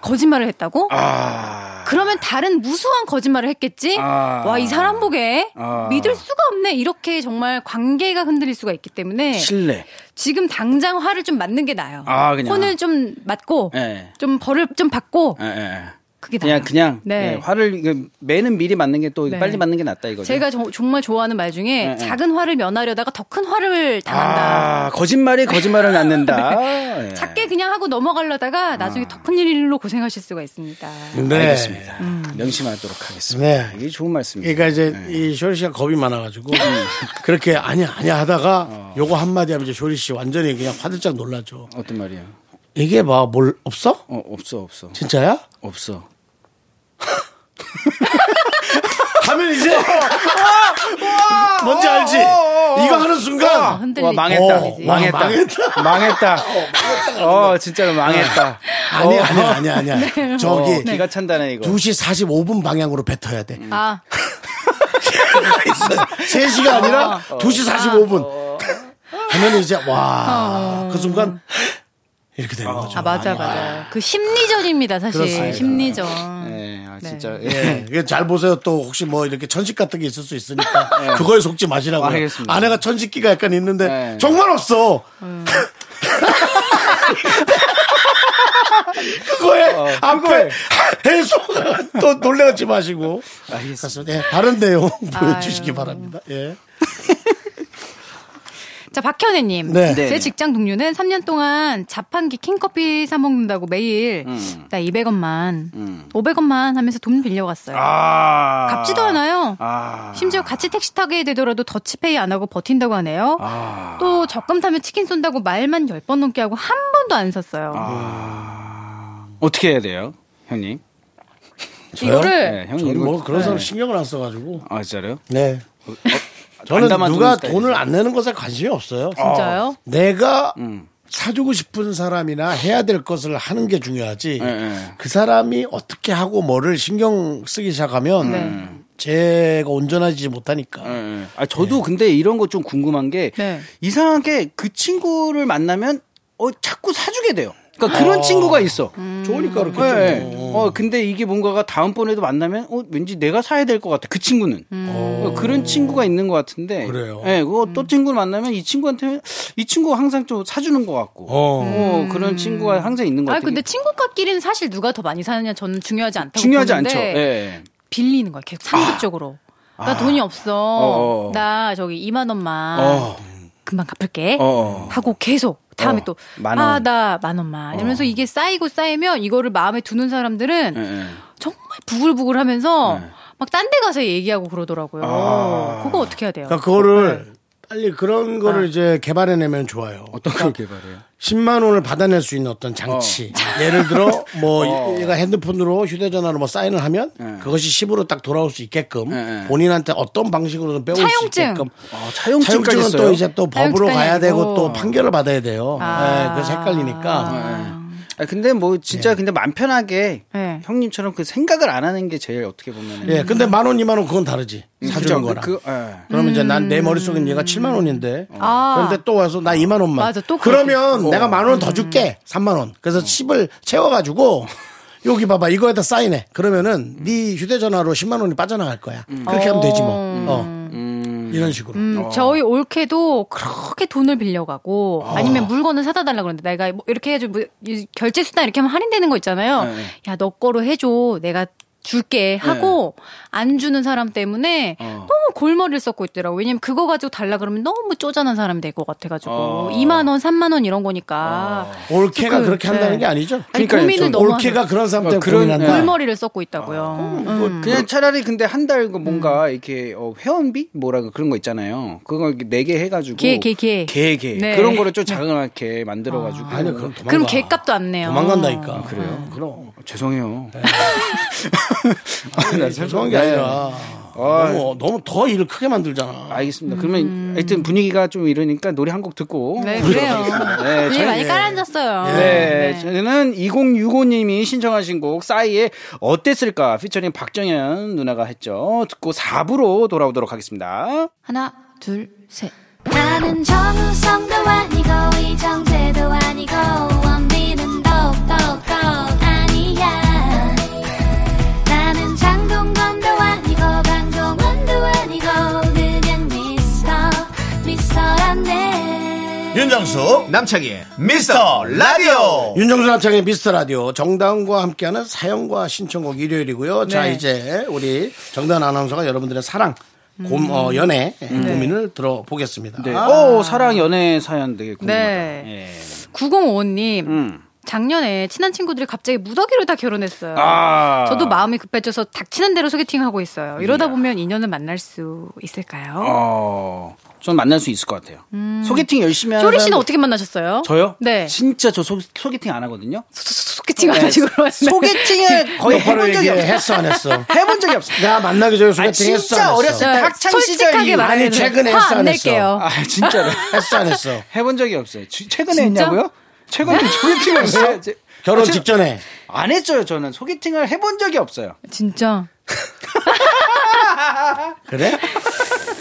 S9: 거짓말을 했다고?
S2: 아.
S9: 그러면 다른 무수한 거짓말을 했겠지?
S2: 아.
S9: 와, 이 사람 보게
S2: 아.
S9: 믿을 수가 없네. 이렇게 정말 관계가 흔들릴 수가 있기 때문에
S2: 신뢰.
S9: 지금 당장 화를 좀 맞는 게 나아요.
S2: 아, 그냥.
S9: 혼을 좀 맞고
S2: 예.
S9: 좀 벌을 좀 받고
S2: 예, 예.
S9: 그게 나아요.
S2: 그냥 그냥
S9: 네.
S2: 예, 화를 이거 매는 미리 맞는 게 또
S9: 네.
S2: 빨리 맞는 게 낫다 이거죠.
S9: 제가 저- 정말 좋아하는 말 중에
S2: 네, 네.
S9: 작은 화를 면하려다가 더 큰 화를 당한다.
S2: 아, 거짓말이 거짓말을
S9: <laughs>
S2: 낳는다. 예. 아.
S9: 작게 그냥 하고 넘어가려다가 나중에 더 큰 일로 고생하실 수가 있습니다.
S1: 네.
S2: 알겠습니다.
S9: 음.
S2: 명심하도록 하겠습니다.
S1: 네.
S2: 이게 좋은 말씀입니다.
S1: 그러니까 이제
S2: 네.
S1: 이 쇼리 씨가 겁이 많아가지고
S2: 음.
S1: 그렇게 아니야 아니야 하다가
S2: 어.
S1: 요거 한마디 하면 이제 쇼리 씨 완전히 그냥 화들짝 놀라죠.
S2: 어떤 말이에요?
S1: 얘기해봐 뭘 없어?
S2: 어, 없어, 없어.
S1: 진짜야?
S2: 없어.
S1: 가면 이제 뭔지 알지? 이거 하는
S9: 어,
S1: 순간
S9: 흔들리죠.
S2: 와, 망했다.
S1: 어, 와,
S2: 망했다.
S1: 망했다.
S2: <laughs> 망했다. 어, 진짜로 망했다.
S1: 아니
S2: 어,
S1: 아니 아니 아니 아니 저기
S2: 어, 기가 찬다네 이거.
S1: 2시 45분 방향으로 뱉어야 돼.
S9: 아,
S1: 3시가 아니라 2시 45분. 하면 이제 와 그 순간 이렇게 되는 거죠.
S9: 아 맞아 맞아. 그 심리전입니다 사실.
S1: 그렇습니다.
S9: 심리전.
S2: 예,
S9: 네.
S2: 아, 진짜.
S1: 예, 이게 잘 보세요. 또 혹시 뭐 이렇게 천식 같은 게 있을 수 있으니까 그거에 속지 마시라고. 요
S2: 알겠습니다.
S1: 예. 아내가 예. 천식기가 약간 있는데
S2: 네.
S1: 정말 없어. <laughs> 어, 그거에 앞에 <laughs> 해소 또 놀래지 마시고. 알겠습니다. 예, 다른 내용 보여주시기 바랍니다. 예.
S9: 자, 박현애님.
S1: 네.
S2: 네.
S9: 제 직장 동료는 3년 동안 자판기 킹커피 사먹는다고 매일,
S2: 음.
S9: 나 200원만, 500원만 하면서 돈 빌려갔어요.
S2: 아.
S9: 갚지도 않아요.
S2: 아.
S9: 심지어 같이 택시 타게 되더라도 더치페이 안 하고 버틴다고 하네요.
S2: 아.
S9: 또 적금 타면 치킨 쏜다고 말만 10번 넘게 하고 한 번도 안 샀어요.
S2: 아, 어떻게 해야 돼요, 형님?
S9: 이거를,
S2: 형님.
S1: 저는 뭐 그런 사람
S2: 네.
S1: 신경을 안 써가지고.
S2: 아, 진짜요?
S1: 네. 저는
S2: 어, 안담한 아.
S1: 누가
S2: 돈이
S1: 돈을 안 내는 것에 관심이 없어요.
S2: 네.
S9: 진짜요?
S1: 내가
S2: 음.
S1: 사주고 싶은 사람이나 해야 될 것을 하는 게 중요하지.
S2: 예.
S1: 그 사람이 어떻게 하고 뭐를 신경 쓰기 시작하면
S9: 네.
S1: 제가 온전하지 못하니까.
S2: 예, 예. 아, 저도 근데 이런 거 좀 궁금한 게
S9: 네.
S2: 이상하게 그 친구를 만나면 어, 자꾸 사주게 돼요. 그러니까 그런 친구가 있어.
S9: 음.
S1: 좋으니까 그렇겠죠.
S2: 네.
S1: 뭐.
S2: 어, 근데 이게 뭔가가 다음번에도 만나면, 어, 왠지 내가 사야 될 것 같아. 그 친구는.
S9: 음.
S2: 어, 그런 친구가 있는 것 같은데.
S1: 그래요?
S2: 예, 그거 또 친구를 만나면 이 친구한테, 이 친구가 항상 좀 사주는 것 같고.
S1: 어.
S2: 어, 그런 친구가 항상 있는 것
S9: 아
S2: 같아요.
S9: 근데 친구끼리는 사실 누가 더 많이 사느냐 저는 중요하지 않다고
S2: 중요하지
S9: 보는데
S2: 않죠. 예.
S9: 빌리는 거야 계속 상습적으로. 나 돈이 없어.
S2: 어.
S9: 나 저기 2만 원만
S2: 어.
S9: 금방 갚을게.
S2: 어.
S9: 하고 계속 다음에
S2: 어, 만 원. 어.
S9: 또아나 만 원만 이러면서 이게 쌓이고 쌓이면 이거를 마음에 두는 사람들은
S2: 예, 예.
S9: 정말 부글부글하면서
S2: 네.
S9: 막 딴 데 가서 얘기하고 그러더라고요.
S2: 아.
S9: 그거 어떻게 해야 돼요?
S1: 그러니까 그거를 빨리 그런 거를 이제 개발해내면 좋아요.
S2: 네. 어떤 걸 개발해요?
S1: 10만 원을 받아낼 수 있는 어떤 장치. 예를 들어 뭐 얘가 핸드폰으로 휴대전화로 뭐 사인을 하면
S2: 예.
S1: 그것이 10으로 딱 돌아올 수 있게끔
S2: 네.
S1: 본인한테 어떤 방식으로든 빼올 수
S9: 차용증.
S1: 있게끔.
S2: 아, 차용증까지
S1: 차용증은
S2: 있어요?
S1: 또 이제 또 법으로
S9: 차용증까지
S1: 가야 되고
S9: 아니고.
S1: 또 판결을 받아야 돼요.
S9: 아.
S1: 네, 그래서 헷갈리니까.
S2: 아, 근데 뭐
S1: 예.
S2: 진짜 근데 맘 편하게
S9: 네.
S2: 형님처럼 그 생각을 안 하는 게 제일 어떻게 보면
S1: 예, 근데 만 원, 이만 원 그건 다르지. 사주는
S2: 그죠?
S1: 거랑.
S2: 그, 예.
S1: 그러면 이제 난 내 머릿속엔 얘가 7만 원인데.
S9: 음. 아.
S1: 그런데 또 와서 나 2만 원만.
S9: 맞아, 또 그렇게.
S1: 그러면
S2: 어.
S1: 내가 만 원 더 줄게. 3만 원. 그래서 10을 채워가지고 여기 봐봐 이거에다 사인해. 그러면은 네 휴대전화로 10만 원이 빠져나갈 거야.
S2: 음.
S1: 그렇게 하면 되지 뭐. 어. 이런 식으로.
S9: 음, 저희 올케도 그렇게 돈을 빌려가고 아니면 물건을 사다 달라 그러는데 내가 뭐 이렇게 해줘 뭐 이 결제 수단 이렇게 하면 할인되는 거 있잖아요.
S2: 네.
S9: 야 너 거로 해줘 내가 줄게 하고 안 주는 사람 때문에 너무 골머리를 썩고 있더라고. 왜냐면 그거 가지고 달라 그러면 너무 쪼잔한 사람이 될 것 같아가지고
S2: 어.
S9: 2만 원, 3만 원 이런 거니까.
S1: 올케가
S9: 그,
S1: 그렇게
S9: 네.
S1: 한다는 게 아니죠.
S9: 아니,
S2: 그러니까요,
S9: 고민을
S2: 좀
S9: 너무
S1: 올케가 그런 사람 때문에
S2: 그런,
S1: 고민한다.
S2: 네.
S9: 하는- 골머리를 썩고 있다고요. 음.
S2: 뭐 그냥 차라리 근데 한 달그 뭔가 이렇게 어, 회원비 뭐라 그- 그런 거 있잖아요. 그거 네 개 해가지고
S9: 개, 개, 개.
S2: 개, 개.
S9: 네.
S2: 그런 거를 좀 작은하게 만들어가지고
S1: 아니요, 그럼 도망가.
S9: 그럼 개값도 안 내요.
S1: 도망간다니까.
S2: 아, 그래요?
S1: 그럼.
S2: 어, 죄송해요.
S1: 네.
S2: 네.
S1: 아니, 네, 죄송한 게 아니라.
S2: 아.
S1: 너무, 너무 더 일을 크게 만들잖아.
S2: 알겠습니다. 그러면 하여튼 분위기가 좀 이러니까 노래 한 곡 듣고
S9: 음. 네, 그래요. <laughs>
S2: 네,
S9: 네,
S2: 저희-
S9: 많이 깔아앉았어요.
S2: 네, 저는 2065님이 신청하신 곡 싸이의 어땠을까 피처링 박정현 누나가 했죠. 듣고 4부로 돌아오도록 하겠습니다.
S9: 하나, 둘, 셋.
S6: 나는 정우성도 아니고 이정재도 아니고 원빈은 더욱더 아니야 나는 장동건도 아니고 강동원도 아니고 그냥 미스터 미스터란데
S8: 윤정수 남창희의 미스터 라디오
S1: 어. 윤정수 남창의 미스터 라디오 정다운과 함께하는 사연과 신청곡 일요일이고요. 자
S2: 네.
S1: 이제 우리 정다운 아나운서가 여러분들의 사랑, 곰, 어, 연애 고민을 들어보겠습니다.
S2: 네.
S1: 아,
S2: 오, 사랑 연애 사연 되게 궁금하다.
S9: 네.
S2: 예.
S9: 9055님.
S2: 음.
S9: 작년에 친한 친구들이 갑자기 무더기로 다 결혼했어요.
S2: 아.
S9: 저도 마음이 급해져서 닥치는 대로 소개팅하고 있어요. 이러다 보면 인연을 만날 수 있을까요?
S2: 어, 전 만날 수 있을 것 같아요. 소개팅 열심히 하는
S9: 쪼리 음. 씨는
S2: 사람-
S9: 어떻게 만나셨어요?
S2: 저요?
S9: 네.
S2: 진짜 저 소, 개팅안 하거든요.
S9: 소- 소- 소- 소개팅 안 하시고 그러시네. <laughs>
S2: 소개팅을 거의
S1: 너 바로
S2: 해본 적이
S1: 얘기해.
S2: 없어요.
S1: 했어 안 했어?
S2: 해본 적이 없어요.
S1: 내가 만나기 전에 소개팅 했어 안
S2: 진짜
S1: 했어?
S2: 어렸을 때
S9: 네,
S2: 학창 시절
S9: 솔직하게 말해야
S1: 아니,
S9: 되는데
S1: 최근에
S9: 화
S1: 했어, 안
S9: 안
S1: 했어?
S9: 낼게요.
S2: 아, 진짜로.
S1: 했어 안 했어?
S2: 해본 적이 없어요. 지- 최근에
S9: 진짜? 네.
S2: 했냐고요? 최근에 소개팅을 했어요? 제-
S1: 결혼
S2: 아, 제-
S1: 직전에
S2: 안 했어요, 저는. 소개팅을 해본 적이 없어요.
S9: 진짜.
S2: <laughs>
S1: 그래?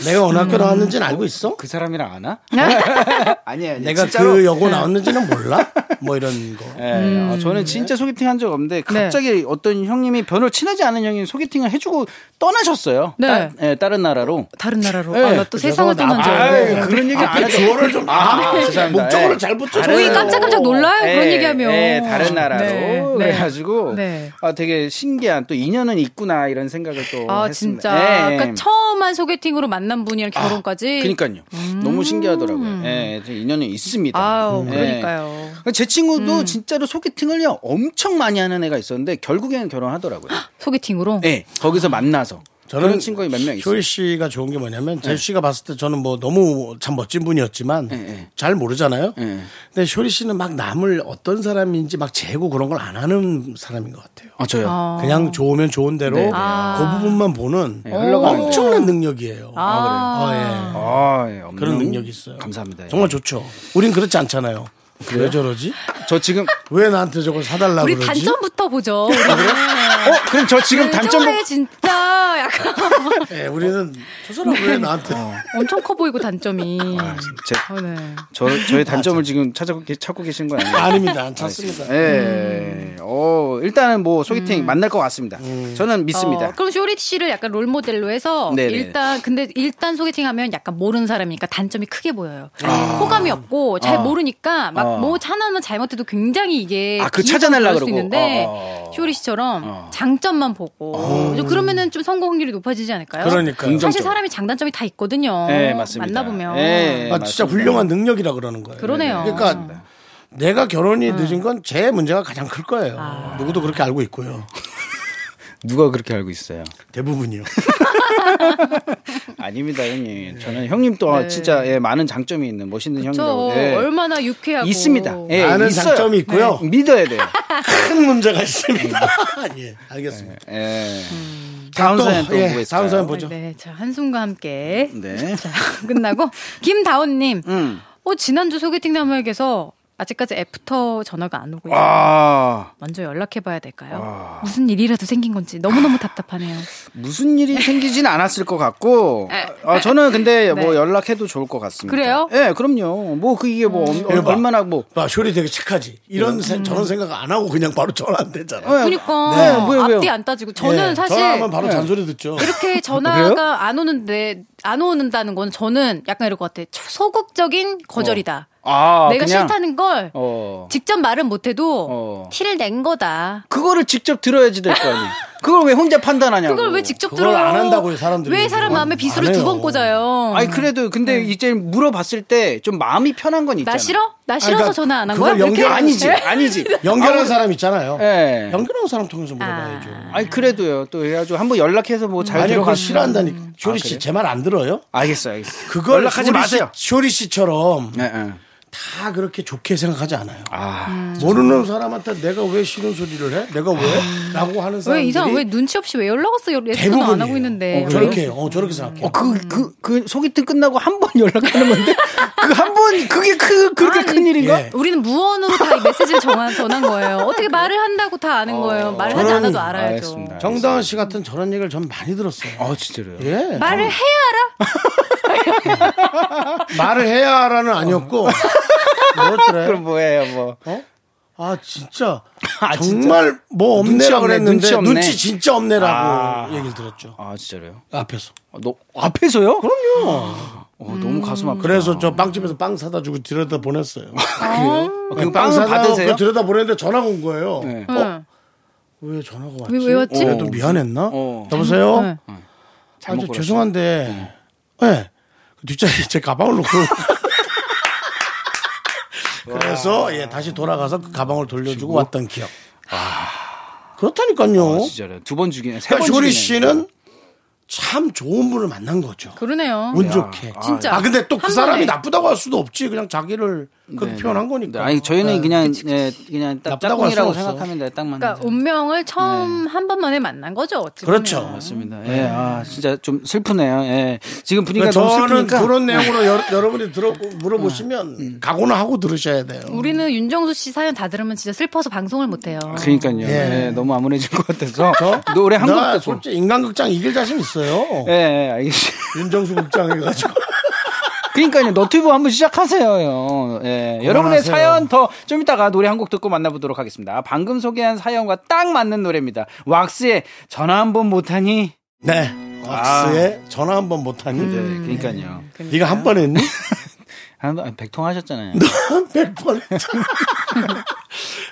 S1: 내가 어느 학교 나왔는지는 알고 있어?
S2: 음. 그 사람이랑 안 와? <laughs>
S9: 네?
S2: 아니에요. 아니에요.
S1: 내가
S2: 진짜로. 네.
S1: 그 여고 나왔는지는 몰라? 뭐 이런 거.
S2: 예, 어, 저는 진짜 소개팅 한 적 없는데
S9: 네.
S2: 갑자기 어떤 형님이 별로 친하지 않은 형님이 소개팅을 해주고 떠나셨어요.
S9: 네.
S2: 따- 예, 다른 나라로.
S9: 다른 나라로.
S2: 네.
S9: 아, 나또 세상을 떠난 줄
S2: 아유, 네.
S9: 알고.
S2: 그런 얘기 안 하죠.
S1: 주어를 좀
S2: 아, 죄송합니다.
S1: 목적으로
S2: 예.
S1: 잘 붙여.
S9: 저희 깜짝깜짝 놀라요.
S2: 예,
S9: 아, 그런 얘기하면.
S2: 예, 다른 나라로
S9: 네, 네.
S2: 그래가지고
S9: 네.
S2: 아, 되게 신기한 또 인연은 있구나 이런 생각을 또
S9: 아
S2: 했습니다.
S9: 진짜.
S2: 예, 예.
S9: 그러니까 처음 한 소개팅으로 만난 분이랑 결혼까지.
S2: 그러니까요. 너무 신기하더라고요. 예, 좀 인연이 있습니다.
S9: 아우, 음. 네.
S2: 예.
S9: 그러니까요.
S2: 제
S9: 음.
S2: 친구도 진짜로 소개팅을요 엄청 많이 하는 애가 있었는데 결국에는 결혼하더라고요.
S9: 소개팅으로.
S2: 예, 거기서 만나서 그런 친구가 몇 명 있어요.
S1: 효일 씨가 좋은 게 뭐냐면 제주 씨가 봤을 때 저는 뭐 너무 참 멋진 분이었지만
S2: 네.
S1: 잘 모르잖아요.
S2: 네.
S1: 근데 효일 씨는 막 남을 어떤 사람인지 막 재고 그런 걸 안 하는 사람인 것 같아요.
S2: 아 저요.
S1: 그냥 좋으면 좋은 대로
S2: 네, 네.
S1: 그 부분만 보는
S2: 흘러가는 대로.
S1: 엄청난 능력이에요.
S9: 아,
S1: 아, 예.
S2: 아, 예, 없는-
S1: 그런 능력이 있어요.
S2: 감사합니다. 예.
S1: 정말 좋죠. 우린 그렇지 않잖아요. 왜 저러지?
S2: 저 지금
S1: 왜 나한테
S9: 아,
S1: 저걸 사달라고
S9: 우리
S1: 그러지?
S9: 아, 단점부터 보죠. 우리.
S2: 어 그럼 저 지금
S9: 네,
S2: 단점
S9: 저의 진짜 그러니까
S1: 예, 우리는 저 사람 왜 나한테
S9: 엄청 커 보이고 단점이.
S2: 제,
S9: 어, 네.
S2: 저, 저의
S1: 아,
S2: 단점을 지금 찾고, 계- 찾고 계신 거 아니에요?
S1: <laughs> 아닙니다. 안 찾습니다.
S9: 음.
S2: 예. 어, 일단은 뭐 소개팅 만날 것 같습니다.
S1: 음.
S2: 저는 믿습니다.
S9: 어, 그럼 쇼리 씨를 약간 롤 모델로 해서
S2: 네네.
S9: 일단 근데 일단 소개팅하면 약간 모르는 사람이니까 단점이 크게 보여요.
S2: 아.
S9: 호감이 없고 잘
S2: 어.
S9: 모르니까 막
S2: 어.
S9: 뭐 하나만 잘못해도 굉장히 이게
S2: 아, 그거
S9: 기분
S2: 찾아내려고
S9: 나올 수
S2: 그러고.
S9: 있는데
S2: 어.
S9: 쇼리 씨처럼 장점만 보고 좀 그러면은 좀 성공 확률이 높아지지 않을까요?
S1: 그러니까요.
S9: 사실
S2: 긍정적으로.
S9: 사람이 장단점이 다 있거든요.
S2: 네, 맞습니다.
S9: 만나보면
S2: 네.
S1: 아, 진짜 훌륭한 능력이라 그러는 거예요.
S9: 그러네요. 네.
S1: 그러니까 내가 결혼이 늦은 건 제 문제가 가장 클 거예요.
S9: 아.
S1: 누구도 그렇게 알고 있고요.
S2: 누가 그렇게 알고 있어요?
S1: 대부분이요.
S2: 아닙니다, 형님.
S1: 네.
S2: 저는 형님 또 아, 진짜 예, 많은 장점이 있는 멋있는
S9: 저
S2: 형이라고. 예.
S9: 네. 얼마나 유쾌하고 네,
S2: 있습니다. 예,
S1: 많은
S2: 있어요.
S1: 장점이 있고요.
S2: 네, 믿어야 돼요.
S1: 큰 문제가 있습니다. <laughs> 예, 알겠습니다.
S2: 예. 다음
S1: 또,
S2: 사연 또
S1: 예,
S2: 보겠습니다.
S1: 다음 사연 보죠.
S9: 네, 자 한숨과 함께
S2: 네.
S9: 자 <laughs> 끝나고 김다온님.
S2: 음.
S9: 어, 지난주 소개팅 남에게서 아직까지 애프터 전화가 안 오고 있어요.
S2: 아,
S9: 먼저 연락해봐야 될까요?
S1: 아.
S9: 무슨 일이라도 생긴 건지 너무너무 답답하네요.
S2: 무슨 일이 생기진 않았을 것 같고, 아, 저는 근데 뭐
S9: 예. 네.
S2: 연락해도 좋을 것 같습니다.
S9: 그래요? 음.
S2: 예, 그럼요. 뭐, 그 이게 뭐, 얼-
S1: 이거 봐.
S2: 얼마나 뭐,
S1: 봐, 아, 쇼리 되게 착하지. 이런 세- 저런 생각 안 하고 그냥 바로 전화 안 되잖아.
S9: 그러니까
S2: 예. 네, 왜요, 왜요?
S9: 앞뒤 안 따지고 저는
S1: 예,
S9: 사실
S1: 전화하면 아, 바로 잔소리 듣죠.
S9: 이렇게 전화가 안 오는데 안 오는다는 건 저는 약간 이럴 것 같아. 소극적인 거절이다.
S1: 어.
S2: 아,
S9: 내가
S2: 그냥,
S9: 싫다는 걸
S2: 어.
S9: 직접 말은 못해도
S2: 어.
S9: 티를 낸 거다.
S2: 그거를 직접 들어야지 될 거
S9: <laughs>
S2: 아니에요. 그걸 왜 혼자 판단하냐고.
S9: 그걸 왜 직접
S1: 그걸
S9: 들어요?
S1: 안 한다고요, 사람들이.
S9: 왜 사람 마음에 비수를
S1: 안 해요.
S9: 두 번 꽂아요?
S2: 아니 그래도 근데 이제 물어봤을 때 좀 마음이 편한 건 있잖아.
S9: 음. 나 싫어? 나 싫어서
S1: 그러니까
S9: 전화 안 한
S1: 그걸
S9: 거야? 이렇게?
S1: 연결
S2: 아니지,
S9: 네?
S2: 아니지.
S9: <laughs>
S1: 연결한 사람 있잖아요.
S2: 예.
S1: 연결한 사람
S9: 아.
S1: 통해서 물어봐야죠.
S2: 아니 그래도요. 또 해가지고 한번 연락해서 뭐 잘
S1: 아니,
S2: 들어가.
S1: 그걸 싫어한다니. 쇼리 씨, 제 말 안 들어요?
S2: 알겠어, 알겠어.
S1: 그걸
S2: 연락하지
S1: 쇼리
S2: 마세요.
S1: 씨, 쇼리 씨처럼
S2: 예, 예.
S1: 다 그렇게 좋게 생각하지 않아요.
S2: 아,
S1: 모르는 사람한테 내가 왜 싫은 소리를 해? 내가 왜?
S2: 아.
S1: 라고 하는
S9: 왜
S1: 사람들이
S9: 이 사람 왜 눈치 없이 왜 연락 왔어? 예스도
S1: 대부분이에요.
S9: 안 하고 있는데. 음.
S1: 어, 저렇게 어 저렇게 생각해.
S2: 어, 그, 그, 그 소개팅 끝나고 한 번 <laughs>
S1: <laughs>
S2: 연락하는 건데 그 한 번 그게 그 그렇게 큰 일인가?
S1: 예.
S9: 우리는 무언으로 다이 메시지를 정한, 전한 거예요. 어떻게 말을 한다고 다 아는 거예요. 말을 하지
S1: 어, 저는-
S9: 않아도 알아야죠.
S2: 알겠습니다.
S1: 정다은 씨 같은 저런 얘기를 전 많이 들었어요.
S2: 아, 진짜로요?
S1: 예.
S9: 말을 해야
S1: 말을 해야라는
S2: <laughs>
S1: 아니었고
S2: 그럼
S1: 뭐였더래?
S2: 뭐예요, 뭐?
S1: 어? 아 진짜
S2: <laughs> 아,
S1: 정말 뭐 없네라
S2: 눈치 없네,
S1: 그랬는데
S2: 눈치
S1: 눈치,
S2: 없네.
S1: 진짜 없네라고
S2: 아.
S1: 얘기를 들었죠.
S2: 아, 진짜로요?
S1: 앞에서.
S2: 아, 너 앞에서요? 그럼요. 어, 너무 가슴 아프다.
S1: 그래서 저 빵집에서 빵 사다 주고 들여다 보냈어요.
S9: 아.
S1: 네,
S2: 어, 그 빵은
S1: 사다
S2: 받으세요?
S1: 놓고 들여다 보냈는데 전화가 온 거예요. 어?
S2: 네.
S9: 알아. 응.
S1: 왜 전화가 왔지?
S9: 왜- 왜 왔지?
S1: 그래도 미안했나?
S2: 어.
S1: 여보세요?
S9: 네.
S1: 아, 저
S2: 걸었어.
S1: 죄송한데, 예. 그 뒷자리에 제 가방을
S2: <laughs>
S1: 놓고. <laughs> 그래서, 예, 다시 돌아가서 그 가방을 돌려주고 왔던 기억. 그렇다니까요.
S2: 아, 진짜로요. 두 번 죽이네. 세번
S1: 그러니까 쇼리
S2: 죽이네.
S1: 씨는 참 좋은 분을 만난 거죠.
S9: 그러네요.
S1: 음. 운 좋게.
S9: 진짜.
S1: 아, 근데 또 그
S9: 한
S1: 사람이
S9: 번에.
S1: 나쁘다고 할 수도 없지. 그냥 자기를 그렇게 표현한
S2: 네,
S1: 거니까.
S2: 아니 저희는
S1: 네.
S2: 그냥 예, 그냥 딱
S1: 나쁘다고 할
S2: 짝꿍이라고
S1: 수는 없어.
S2: 생각하면 돼요. 딱만.
S9: 그러니까 운명을 처음 한 번만에 만난 거죠. 어찌 보면.
S1: 네. 그렇죠.
S2: 맞습니다. 예, 아 진짜 좀 슬프네요. 예, 지금 분위기가
S1: 그러니까
S2: 너무
S1: 저는
S2: 슬프니까. 음.
S1: 그런 내용으로 여, 여러분이 들어 물어보시면 각오는 하고 들으셔야 돼요.
S9: 우리는 윤정수 씨 사연 다 들으면 진짜 슬퍼서 방송을 못 해요.
S2: 그러니까요.
S1: 예.
S2: 예, 너무 암울해진 것 같아서 노래 네, 한
S1: 나
S2: 곡 듣고.
S1: 솔직히 인간극장 이길 자신 있어요.
S2: 예, 예, 알겠습니다.
S1: 윤정수 극장
S2: <laughs>
S1: 해가지고.
S2: 그러니까요. 너튜브 한번 시작하세요. 형. 예, 여러분의 사연 더 좀 이따가 노래 한 곡 듣고 만나보도록 하겠습니다. 방금 소개한 사연과 딱 맞는 노래입니다. 왁스의 전화 한 번 못하니.
S1: 네. 왁스에 전화 한 번 못하니?
S2: 예, 아. 그러니까요.
S1: 네가 한 번
S2: <laughs>
S1: 했니?
S2: 한 백통 하셨잖아요.
S1: 한백번
S2: <laughs>
S1: 했잖아.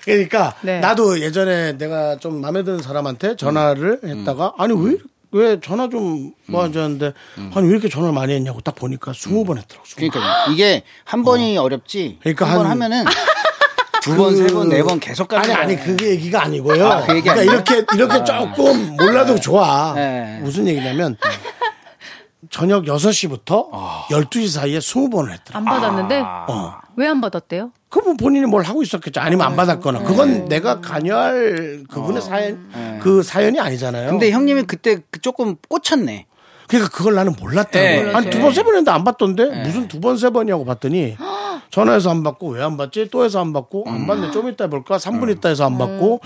S1: 그러니까
S9: 네.
S1: 나도 예전에 내가 좀 마음에 드는 사람한테 전화를
S2: 음.
S1: 했다가 아니 왜, 이렇게- 왜 전화 좀 뭐 하셨는데 아니 왜 이렇게 전화를 많이 했냐고 딱 보니까 스무 번 했더라고.
S2: 음. 그러니까 이게 한 번이 어. 렵지
S1: 그러니까
S2: 한 번
S1: 한-
S2: 하면은 <laughs> 두 번, 세 번, 네 번 계속 가는
S1: 그 아니
S2: 거야.
S1: 아니 그게 얘기가 아니고요.
S2: 아, 그 얘기
S1: 그러니까
S2: 아니에요?
S1: 이렇게 이렇게 조금 몰라도 좋아.
S2: 네.
S1: 무슨 얘기냐면 저녁 6시부터
S2: 아.
S1: 12시 사이에 20번을 했더라.
S9: 안 받았는데
S1: 아.
S9: 왜 안 받았대요?
S1: 그뭐 본인이 뭘 하고 있었겠죠. 아니면
S2: 네.
S1: 안 받았거나. 그건 내가 관여할 그분의 사연 그 사연이 아니잖아요.
S2: 어. 네. 근데 형님이 그때 그 조금 꽂혔네.
S1: 그러니까 그걸 나는 몰랐다는
S2: 네.
S1: 거예요. 아니 두 번 세 번 했는데 안 받던데 무슨 두 번 세 번이냐고 봤더니
S2: <gasps> 음.
S1: 전화해서 안 받고 왜 안 받지? 또 해서 안 받고 안 받네. 좀 이따 볼까? 3분 있다 해서 안 받고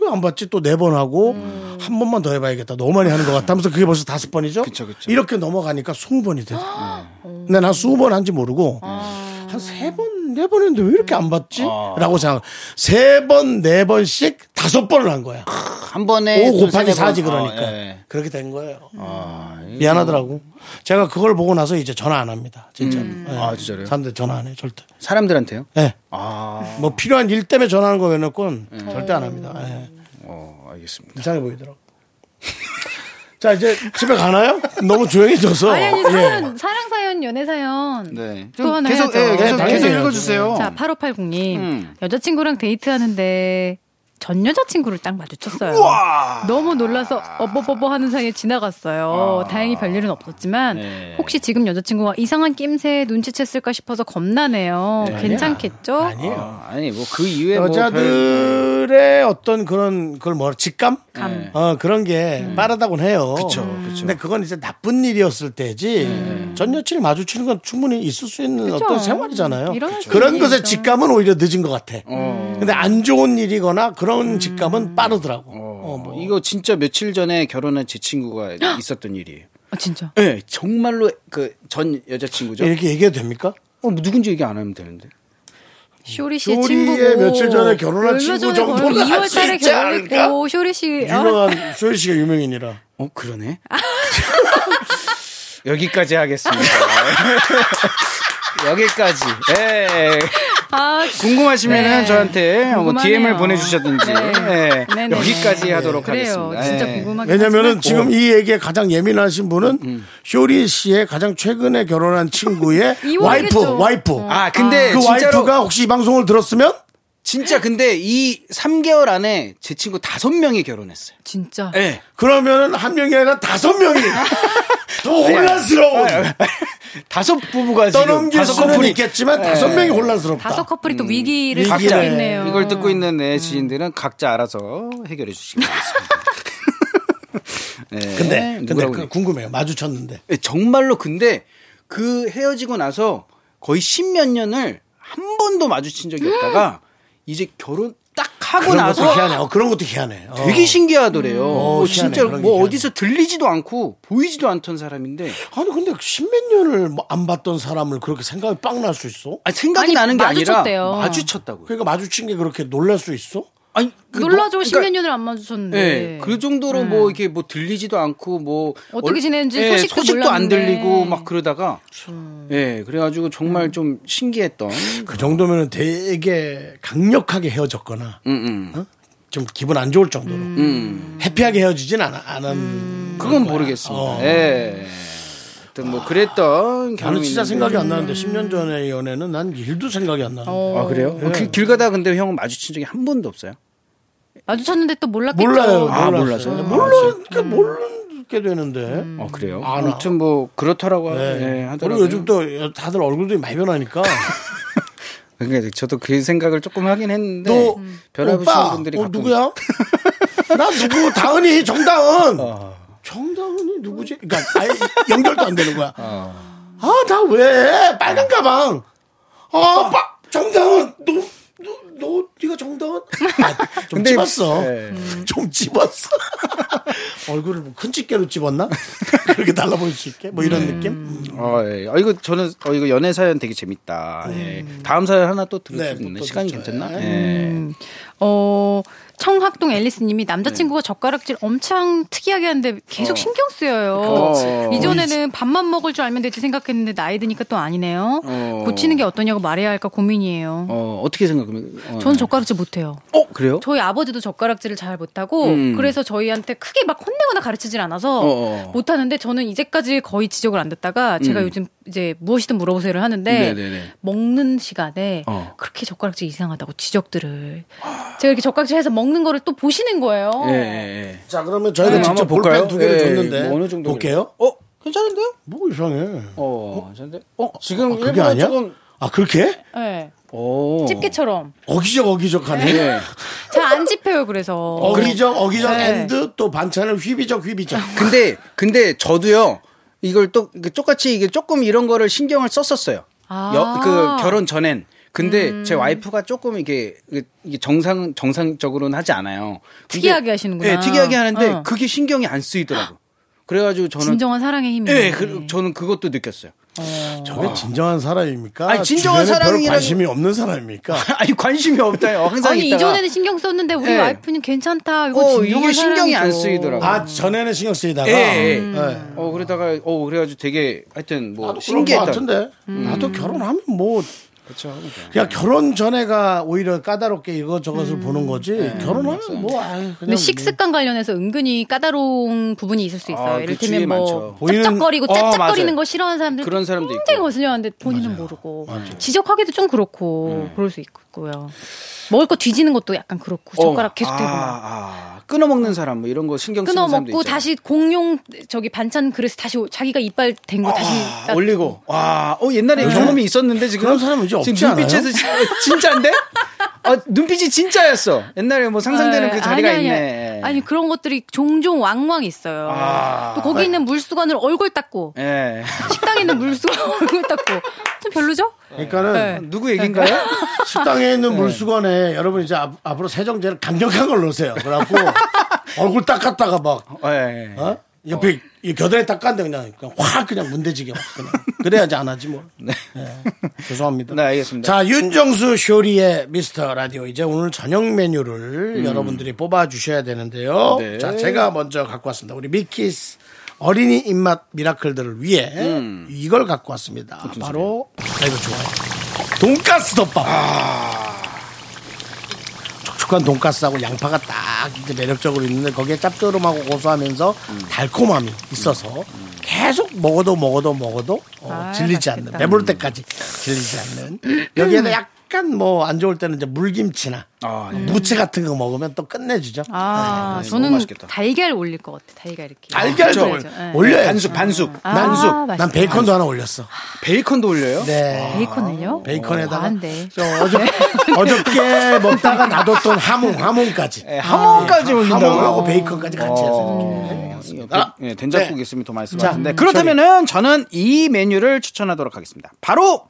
S1: 왜 안 봤지? 또 네 번 하고 한 번만 더 해봐야겠다. 너무 많이 하는 것 같다 하면서 그게 벌써 다섯 번이죠?
S2: 음. 그쵸, 음. 그쵸.
S1: 이렇게 넘어가니까 스무 번이 되더라 근데 난 스무 번 한지 모르고
S2: 아.
S1: 한 세 번, 네 번 했는데 왜 이렇게 안 봤지? 라고 생각. 세 번, 네 번씩 다섯 번을 한 거야.
S2: 한 번에
S1: 5 곱하기
S2: 네, 두세 번-
S1: 4지 그러니까.
S2: 어, 예.
S1: 그렇게 된 거예요.
S2: 어, 아,
S1: 미안하더라고. 제가 그걸 보고 나서 이제 전화 안 합니다. 진짜.
S2: 아, 진짜로요? 아.
S1: 사람들 전화 안 해요. 절대.
S2: 사람들한테요?
S1: 예. 뭐 필요한 일 때문에 전화하는 거 외놓고는
S2: 네.
S1: 절대 안 합니다. 예.
S2: 어, 알겠습니다.
S1: 이상해 보이더라고. <laughs> 자, 이제 집에 가나요? 너무 조용해져서.
S9: 아니 아니
S1: 예.
S9: 사연 사랑 사연 연애 사연
S2: 네.
S9: 또 하나
S3: 계속,
S9: 해야죠.
S3: 예, 계속,
S1: 네,
S3: 계속
S1: 당연히
S3: 읽어주세요.
S9: 자 8580님 여자친구랑 데이트하는데 전 여자친구를 딱 마주쳤어요. 너무 놀라서 어버버버 하는 사이에 지나갔어요. 다행히 별일은 없었지만 혹시 지금 여자친구가 이상한 낌새 눈치챘을까 싶어서 겁나네요. 괜찮겠죠?
S1: 아니에요.
S2: 아, 아니 뭐 그 이외에 뭐
S1: 여자들의 어떤 그런 그걸 뭐라 직감?
S2: 아.
S9: 감.
S1: 어 그런 게 빠르다곤 해요. 그렇죠.
S9: 음.
S1: 근데 그건 이제 나쁜 일이었을 때지 전 여친을 마주치는 건 충분히 있을 수 있는
S9: 그쵸.
S1: 어떤 생활이잖아요.
S9: 일어날 수
S1: 그런
S9: 있는
S1: 것의
S9: 일이죠.
S1: 직감은 오히려 늦은 것 같아. 근데 안 좋은 일이거나 그런 직감은 빠르더라고. 어,
S2: 별-
S1: 뭐.
S2: 이거 진짜 며칠 전에 결혼한 제 친구가 있었던 일이에요.
S9: 아, 진짜.
S2: 예, 정말로 그 전 여자친구죠.
S1: 이렇게 얘기해도 됩니까?
S2: 어, 뭐 누군지 얘기 안 하면 되는데.
S9: 쇼리 씨의
S1: 쇼리의
S9: 친구고
S1: 며칠 전에 결혼한
S9: 얼마
S1: 친구
S9: 전에
S1: 정도는
S9: 결혼-
S1: 알수
S9: 2월달에
S1: 있지 않을까?
S9: 결혼했고 쇼리 씨 아,
S1: 유명한 <laughs> 쇼리 씨가 유명인이라.
S2: 어, 그러네. <laughs> 여기까지 하겠습니다. <laughs> 여기까지. 예.
S9: 아,
S2: 궁금하시면 은
S9: 네.
S2: 저한테 뭐
S9: 궁금하네요.
S2: DM을 보내주셨든지
S9: 네.
S2: 예.
S9: 네네.
S2: 여기까지 하도록
S9: 그래요.
S2: 하겠습니다.
S9: 진짜
S2: 예.
S9: 궁금하긴
S1: 네. 왜냐면은
S9: 하지만
S1: 지금 이 얘기에 가장 예민하신 분은 쇼리 씨의 가장 최근에 결혼한 친구의 와이프,
S9: <laughs> 이혼이겠죠. 어.
S1: 와이프.
S2: 아 근데
S1: 그
S2: 진짜로
S1: 와이프가 혹시 이 방송을 들었으면
S2: 진짜 근데 이 3개월 안에 제 친구 다섯 명이 결혼했어요.
S9: 진짜
S2: 예.
S1: 그러면은 한 명이 아니라 다섯 명이 더 혼란스러운
S2: <laughs> 다섯 부부가 지금
S1: 떠넘길
S2: 네. 다섯
S1: 수는
S2: 커플이 네.
S1: 있겠지만 다섯 명이 혼란스럽다.
S9: 다섯 커플이 또 위기를
S1: 위기네.
S9: 겪고 있네요. 음.
S2: 이걸 듣고 있는 내 지인들은 각자 알아서 해결해 주시기 바랍니다. 네.
S1: <laughs> 근데 근데
S2: 누구라고
S1: 그
S2: 얘기-
S1: 궁금해요. 마주쳤는데
S2: 예, 정말로 근데 그 헤어지고 나서 거의 십몇 년을 한 번도 마주친 적이 없다가 이제 결혼 딱 하고
S1: 음. 그런 것도
S2: 나서
S1: 희한해. 어, 그런 것도 희한해. 어.
S2: 되게 신기하더래요. 뭐
S1: 희한해.
S2: 진짜로
S1: 그런
S2: 뭐
S1: 얘기하네.
S2: 어디서 들리지도 않고 보이지도 않던 사람인데
S1: 아니 근데 십몇 년을 뭐안 봤던 사람을 그렇게 생각이 빵 날 수 있어?
S2: 아니, 생각이
S9: 아니,
S2: 나는 게
S9: 마주쳤대요.
S2: 아니라 마주쳤다고요.
S1: 그러니까 마주친 게 그렇게 놀랄 수 있어?
S2: 아니 그
S9: 놀라죠.
S2: 뭐-
S9: 십몇
S2: 그러니까-
S9: 년을 안
S2: 예,
S9: 마주쳤는데.
S2: 그 정도로 뭐 이게 뭐 들리지도 않고 뭐
S9: 어떻게
S2: 얼-
S9: 지내는지
S2: 예,
S9: 소식도
S2: 안
S9: 몰랐는데.
S2: 들리고 막 그러다가 예 그래가지고
S9: 음.
S2: 정말 좀 신기했던
S1: 그 정도면은 되게 강력하게 헤어졌거나
S2: 음, 음.
S1: 어? 좀 기분 안 좋을 정도로
S2: 음.
S1: 해피하게 헤어지진 않아 않은
S2: 그건 모르겠습니다. 예. 하여튼 뭐 그랬던
S1: 어. 나는
S2: 경험이
S1: 진짜
S2: 있는데.
S1: 생각이 안 나는데 10년 전의 연애는 난 일도 생각이 안 나는데
S9: 어.
S1: 예.
S2: 아 그래요? 길, 길 가다 근데 형은 마주친 적이 한 번도 없어요.
S9: 마주쳤는데 또 몰랐겠죠.
S1: 몰라요.
S2: 아, 몰라서?
S1: 몰랐어요. 몰라 그 모르게 되는데.
S9: 음.
S2: 어 그래요?
S1: 아, 나-
S2: 아무튼 뭐 그렇더라고
S1: 네.
S2: 예,
S1: 그리고
S2: 하더라고요.
S1: 요즘 또 다들 얼굴들이 많이 변하니까
S2: 그러니까 저도 그 생각을 조금 하긴 했는데
S1: 또
S9: 음.
S2: 변화부신
S1: 네. 오빠
S2: 분들이
S1: 어,
S2: 가끔
S1: 누구야? <laughs> 나 누구 다은이 정다은
S2: 어.
S1: 정다은이 누구지? 그러니까 아예 연결도 안 되는 거야.
S2: 어.
S1: 아 나 왜 빨간 가방? 아 빠, 정다은 너너 너, 네가 정다은? 아, 좀
S2: 근데-
S1: 찝었어.
S2: 예.
S1: 좀 찝었어. <laughs> 얼굴을 뭐큰 집게로 찝었나? <laughs> 그렇게 달라 보일 수 있게 뭐 이런 느낌? 음.
S2: 어, 예. 아, 이거 저는 어, 이거 연애 사연 되게 재밌다. 예. 다음 사연 하나 또 들을
S1: 네,
S2: 수 있네.
S1: 또
S2: 시간이
S1: 듣죠.
S2: 괜찮나?
S1: 예.
S2: 예.
S9: 어, 청학동 앨리스님이
S2: 네.
S9: 남자친구가 젓가락질 엄청 특이하게 하는데 계속 신경 쓰여요.
S2: 어.
S9: 이전에는 밥만 먹을 줄 알면 되지 생각했는데 나이 드니까 또 아니네요.
S2: 어.
S9: 고치는 게 어떠냐고 말해야 할까 고민이에요.
S2: 어, 어떻게 생각하면? 어,
S9: 저는 젓가락질 못해요.
S2: 어, 그래요?
S9: 저희 아버지도 젓가락질을 잘 못하고
S2: 음.
S9: 그래서 저희한테 크게 막 혼내거나 가르치질 않아서
S2: 어어. 음.
S9: 못하는데 저는 이제까지 거의 지적을 안 듣다가 제가 요즘 이제 무엇이든 물어보세요를 하는데
S2: 네네네.
S9: 먹는 시간에
S2: 어.
S9: 그렇게 젓가락질 이상하다고 지적들을 제가 이렇게 젓가락질해서 먹는 거를 또 보시는 거예요.
S2: 예, 예, 예.
S1: 자 그러면 저희가
S2: 네,
S1: 아, 직접
S2: 한번
S1: 볼펜
S2: 볼까요?
S1: 두 개를
S2: 예,
S1: 줬는데
S2: 뭐 어느 정도
S1: 볼게요.
S2: 어, 괜찮은데요?
S1: 뭐 이상해.
S2: 어, 괜찮은데? 어, 지금
S1: 아, 그게
S2: 일부러
S1: 아니야?
S2: 조금
S1: 아 그렇게?
S9: 예.
S2: 어.
S9: 집게처럼
S1: 어기적 어기적하네.
S2: 예.
S9: 잘 안 집혀요. 그래서
S2: 그렇죠.
S1: 어기적 어기적
S9: 네.
S1: 앤드 또 반찬을 휘비적 휘비적.
S2: 근데 근데 저도요. 그 이걸 또 이렇게 똑같이 이게 조금 이런 거를 신경을 썼었어요.
S9: 아. 음.
S2: 여- 그 결혼 전엔. 근데 제 와이프가 조금 이게, 그, 이게 정상 정상적으로는 하지 않아요. 이게-
S9: 특이하게 하시는구나.
S2: 네, 특이하게 하는데
S9: 어.
S2: 그게 신경이 안 쓰이더라고. 그래가지고 저는
S9: 진정한 사랑의 힘이.
S2: 예, 그, 저는 그것도 느꼈어요. <laughs>
S1: 저게 진정한 사람입니까?
S2: 아니, 진정한
S1: 주변에 별
S2: 사람이라는-
S1: 관심이 없는 사람입니까?
S2: 아니 관심이 없다요. 항상
S9: 아니
S2: 있다가
S9: 이전에는 신경 썼는데 우리
S2: 예.
S9: 와이프는 괜찮다. 이거
S2: 어,
S9: 진정한
S2: 이게 신경이 안
S9: 사랑이죠.
S2: 쓰이더라고.
S1: 아 전에는 신경 쓰이다가
S2: 예, 예.
S1: 예.
S2: 어 그러다가 어 그래가지고 되게 하여튼 뭐
S1: 나도 그런 거
S2: 신기했다.
S1: 같은데 나도 결혼하면 뭐
S2: 그렇죠.
S1: 그냥 결혼 전에가 오히려 까다롭게 이것 저것을 보는 거지 결혼하면 뭐 아유 그냥
S9: 근데 식습관 관련해서 은근히 까다로운 부분이 있을 수 있어요.
S2: 아,
S9: 이를테면
S2: 그치,
S9: 뭐
S2: 많죠.
S1: 보이는-
S9: 쩝쩝거리고
S2: 어,
S9: 짭짭거리는
S2: 맞아요.
S9: 거 싫어하는 사람들
S2: 그런 사람도
S9: 굉장히
S2: 있고.
S9: 거슬려하는데 본인은 모르고 지적하기도 좀 그렇고
S2: 네.
S9: 그럴 수 있고요. 먹을 거 뒤지는 것도 약간 그렇고 젓가락 계속 대고 막
S2: 어, 아, 아, 끊어 먹는 사람 뭐 이런 거 신경 쓰는
S9: 끊어
S2: 사람도
S9: 먹고
S2: 있잖아.
S9: 다시 공용 저기 반찬 그릇 다시 오- 자기가 이빨 된 거 다시
S2: 아,
S9: 따-
S2: 올리고 와, 어 옛날에 이런 놈이 있었는데 지금
S1: 그런 사람은 이제 없지
S2: 지금 눈빛에서 지- 어, 진짜인데? 아, 눈빛이 진짜였어. 옛날에 뭐 상상되는
S9: 네,
S2: 그 자리가
S9: 아니, 아니,
S2: 있네.
S9: 아니 그런 것들이 종종 왕왕 있어요.
S2: 아.
S9: 또 거기 있는 물수건으로 얼굴 닦고
S2: 예.
S9: 식당에 있는 물수건 <laughs> 얼굴 닦고 좀 별로죠?
S1: 그러니까는
S9: 네.
S2: 누구 얘긴가요?
S1: 식당에 있는 물수건에 여러분 이제 앞, 앞으로 세정제를 강력한 걸 넣으세요 <laughs> 그래갖고 얼굴 닦았다가 막
S2: 어, 예. 예.
S1: 어? 옆에 이 겨드랑이 닦았는데 그냥, 그냥 확 그냥 문대지게 확 그냥 그래야지 안 하지 뭐 예. 죄송합니다
S2: 네, 알겠습니다.
S1: 자, 윤정수 쇼리의 미스터 라디오. 이제 오늘 저녁 메뉴를 여러분들이 뽑아주셔야 되는데요.
S2: 음. 네.
S1: 자, 제가 먼저 갖고 왔습니다. 우리 미키스 어린이 입맛 미라클들을 위해
S2: 음.
S1: 이걸 갖고 왔습니다. 바로, 아, 이거 좋아요. 돈가스 덮밥.
S2: 아,
S1: 촉촉한 돈가스하고 양파가 딱 이제 매력적으로 있는데 거기에 짭조름하고 고소하면서
S2: 음.
S1: 달콤함이 있어서 계속 먹어도 먹어도 먹어도 어,
S9: 아,
S1: 질리지 않는
S9: 맛있겠다.
S1: 배부를 때까지 질리지 않는
S2: 음.
S1: 여기에는 약간 뭐 안 좋을 때는 이제 물김치나
S2: 아,
S1: 무채 같은 거 먹으면 또 끝내주죠.
S9: 아,
S2: 네, 너무
S9: 저는
S2: 맛있겠다.
S9: 달걀 올릴 것 같아. 달걀 이렇게.
S1: 달걀 도
S9: 그렇죠. 예.
S1: 올려요.
S2: 반숙, 반숙. 아.
S9: 아,
S1: 난,
S9: 맛있겠다.
S1: 난 베이컨도 하나 올렸어.
S2: 베이컨도 올려요?
S1: 네.
S9: 베이컨을요? 아,
S1: 베이컨에다가
S9: 안 돼.
S1: 저
S9: <laughs>
S1: 어저, 어저께 먹다가 놔뒀던 하몽, 하몽까지.
S2: 예, 하몽까지 올린다고요?
S1: 하몽하고 베이컨까지 같이 해서 이렇게.
S2: 아, 예, 된장국
S1: 네.
S2: 있으면 더 맛있을
S1: 자,
S2: 것 같은데
S1: 음,
S2: 그렇다면은 저는 이 메뉴를 추천하도록 하겠습니다. 바로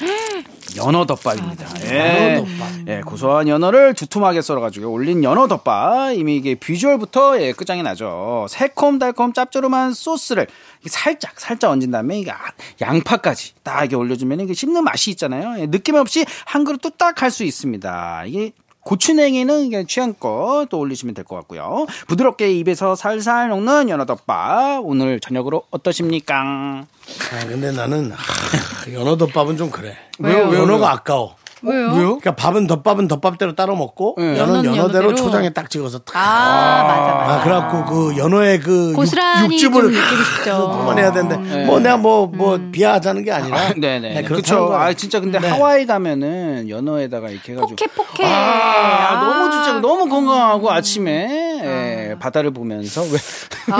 S9: <gasps>
S2: 연어 덮밥입니다.
S9: 아, 네.
S2: 예. 예, 고소한 연어를 두툼하게 썰어가지고 올린 연어 덮밥. 이미 이게 비주얼부터 예, 끝장이 나죠. 새콤달콤 짭조름한 소스를 이게 살짝 살짝 얹은 다음에 이게 아- 양파까지 딱 이게 올려주면 이게 씹는 맛이 있잖아요. 예, 느낌 없이 한 그릇 뚝딱 할 수 있습니다. 이게 고추냉이는 그냥 취향껏 또 올리시면 될 것 같고요. 부드럽게 입에서 살살 녹는 연어덮밥. 오늘 저녁으로 어떠십니까?
S1: 아, 근데 나는 아, 연어 덮밥은 좀 그래.
S9: 왜요? 왜요?
S1: 연어가 아까워.
S9: 왜요? 예.
S1: 그러니까 밥은 덮밥은 덮밥대로 따로 먹고 연어는
S9: 연어는
S1: 연어대로,
S9: 연어대로.
S1: 초장에 딱 찍어서 탁.
S9: 아,
S1: 아,
S9: 맞아 맞아.
S1: 그래갖고 그 연어의 그
S9: 고스란히
S1: 육, 즙을 아,
S9: 좀 느끼고 싶죠. 네. 음.
S1: 뽑아내야 되는데 뭐 내가 뭐 뭐 비하하자는 게 아니라
S2: 네네.
S1: 네, 그렇다는 네.
S2: 그렇죠.
S1: 거야.
S2: 아 진짜 근데 하와이 가면은 연어에다가 이렇게 해가지고
S9: 포케 포케.
S1: 네,
S2: 아, 너무 진짜
S1: 음.
S2: 너무 건강하고 아침에 예, 바다를 보면서 왜
S9: 아.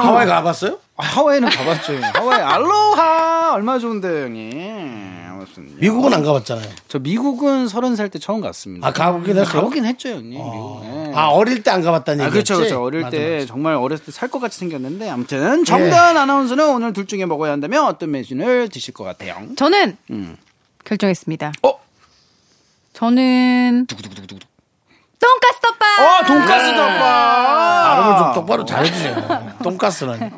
S1: 하와이 가봤어요?
S2: 아, 하와이는 가봤죠. 형님. 하와이 알로하 얼마나 좋은데 형님. 아무튼
S1: 미국은 안 가봤잖아요.
S2: 저 미국은 서른 살 때 처음 갔습니다.
S1: 아 가보긴 했어.
S2: 가보긴 했죠 형님. 미국. 예.
S1: 아 어릴 때 안 가봤다는
S2: 아,
S1: 얘기지.
S2: 그렇죠, 그렇죠. 어릴 때 정말 어렸을 때 살 것 같이 생겼는데 아무튼
S1: 예.
S2: 정다은 아나운서는 오늘 둘 중에 먹어야 한다면 어떤 메뉴를 드실 것 같아요?
S9: 저는 결정했습니다.
S2: 어?
S9: 저는 돈가스 덮밥. 네.
S2: 어, 돈가스 덮밥.
S1: 발음을 좀
S2: 어.
S1: 똑바로 잘해주세요. 돈가스는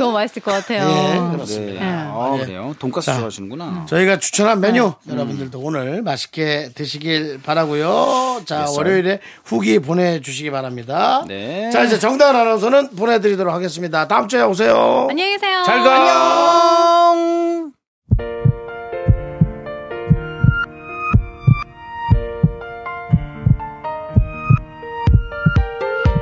S9: <laughs> 너무 맛있을 것 같아요.
S1: 예, 그렇습니다.
S2: 아, 그래요? 돈가스 좋아하시는구나.
S1: 저희가 추천한 메뉴 네, 여러분들도 오늘 맛있게 드시길 바라고요. 자 월요일에 후기 보내주시기 바랍니다.
S2: 네.
S1: 자 이제 정다은 아나운서는 보내드리도록 하겠습니다. 다음 주에 오세요.
S9: 안녕히 계세요.
S2: 안녕.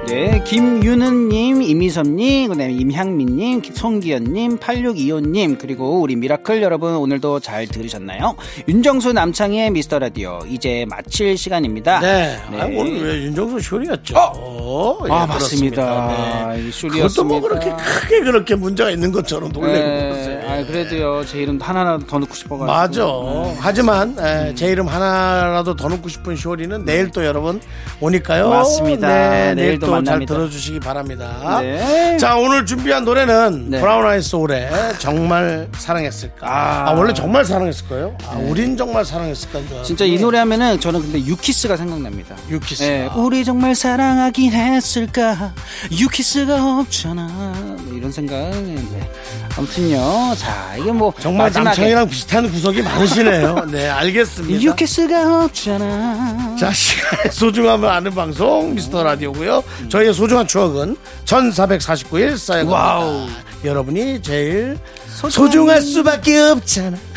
S2: 네, 김윤은님, 이미섭님, 그다음에 임향민님, 송기현님, 8625님, 그리고 우리 미라클 여러분 오늘도 잘 들으셨나요? 윤정수 남창의 미스터 라디오 이제 마칠 시간입니다.
S1: 네.
S2: 네.
S1: 아, 오늘 왜 윤정수 쇼리였죠? 어, 예,
S2: 아,
S1: 그렇습니다.
S2: 맞습니다.
S1: 네.
S2: 이
S1: 그것도 뭐
S2: 쇼리였습니다.
S1: 그렇게 크게 그렇게 문제가 있는 것처럼 놀래고
S2: 네.
S1: 그러세요.
S2: 아 그래도요 제 이름 하나라도 더 넣고 싶어가지고.
S1: 맞아.
S2: 네.
S1: 하지만 에, 제 이름 하나라도 더 넣고 싶은 쇼리는 내일 또 여러분 오니까요.
S2: 네. 맞습니다.
S1: 네, 내일
S2: 내일도
S1: 또 잘
S2: 만납니다.
S1: 들어주시기 바랍니다.
S2: 네.
S1: 자 오늘 준비한 노래는
S2: 네.
S1: 브라운 아이스 올의 정말 사랑했을까. 아, 원래 정말 사랑했을 거예요. 아, 우린 정말 사랑했을까.
S2: 네. 진짜 이 노래 하면은 저는 근데 유키스가 생각납니다.
S1: 네. 유키스. 아.
S2: 예, 우리 정말 사랑하긴 했을까? 유키스가 없잖아. 뭐 이런 생각. 네. 아무튼요. 자, 이게 뭐
S1: 정말
S2: 마지막에
S1: 남창이랑 비슷한 구석이 많으시네요. 네 알겠습니다.
S2: 유키스가 없잖아.
S1: 자, 시간의 <laughs> 소중함을 아는 방송 미스터 라디오고요. 저희의 소중한 추억은 1449일 쌓여갑니다. 여러분이 제일 소중할 수밖에 없잖아.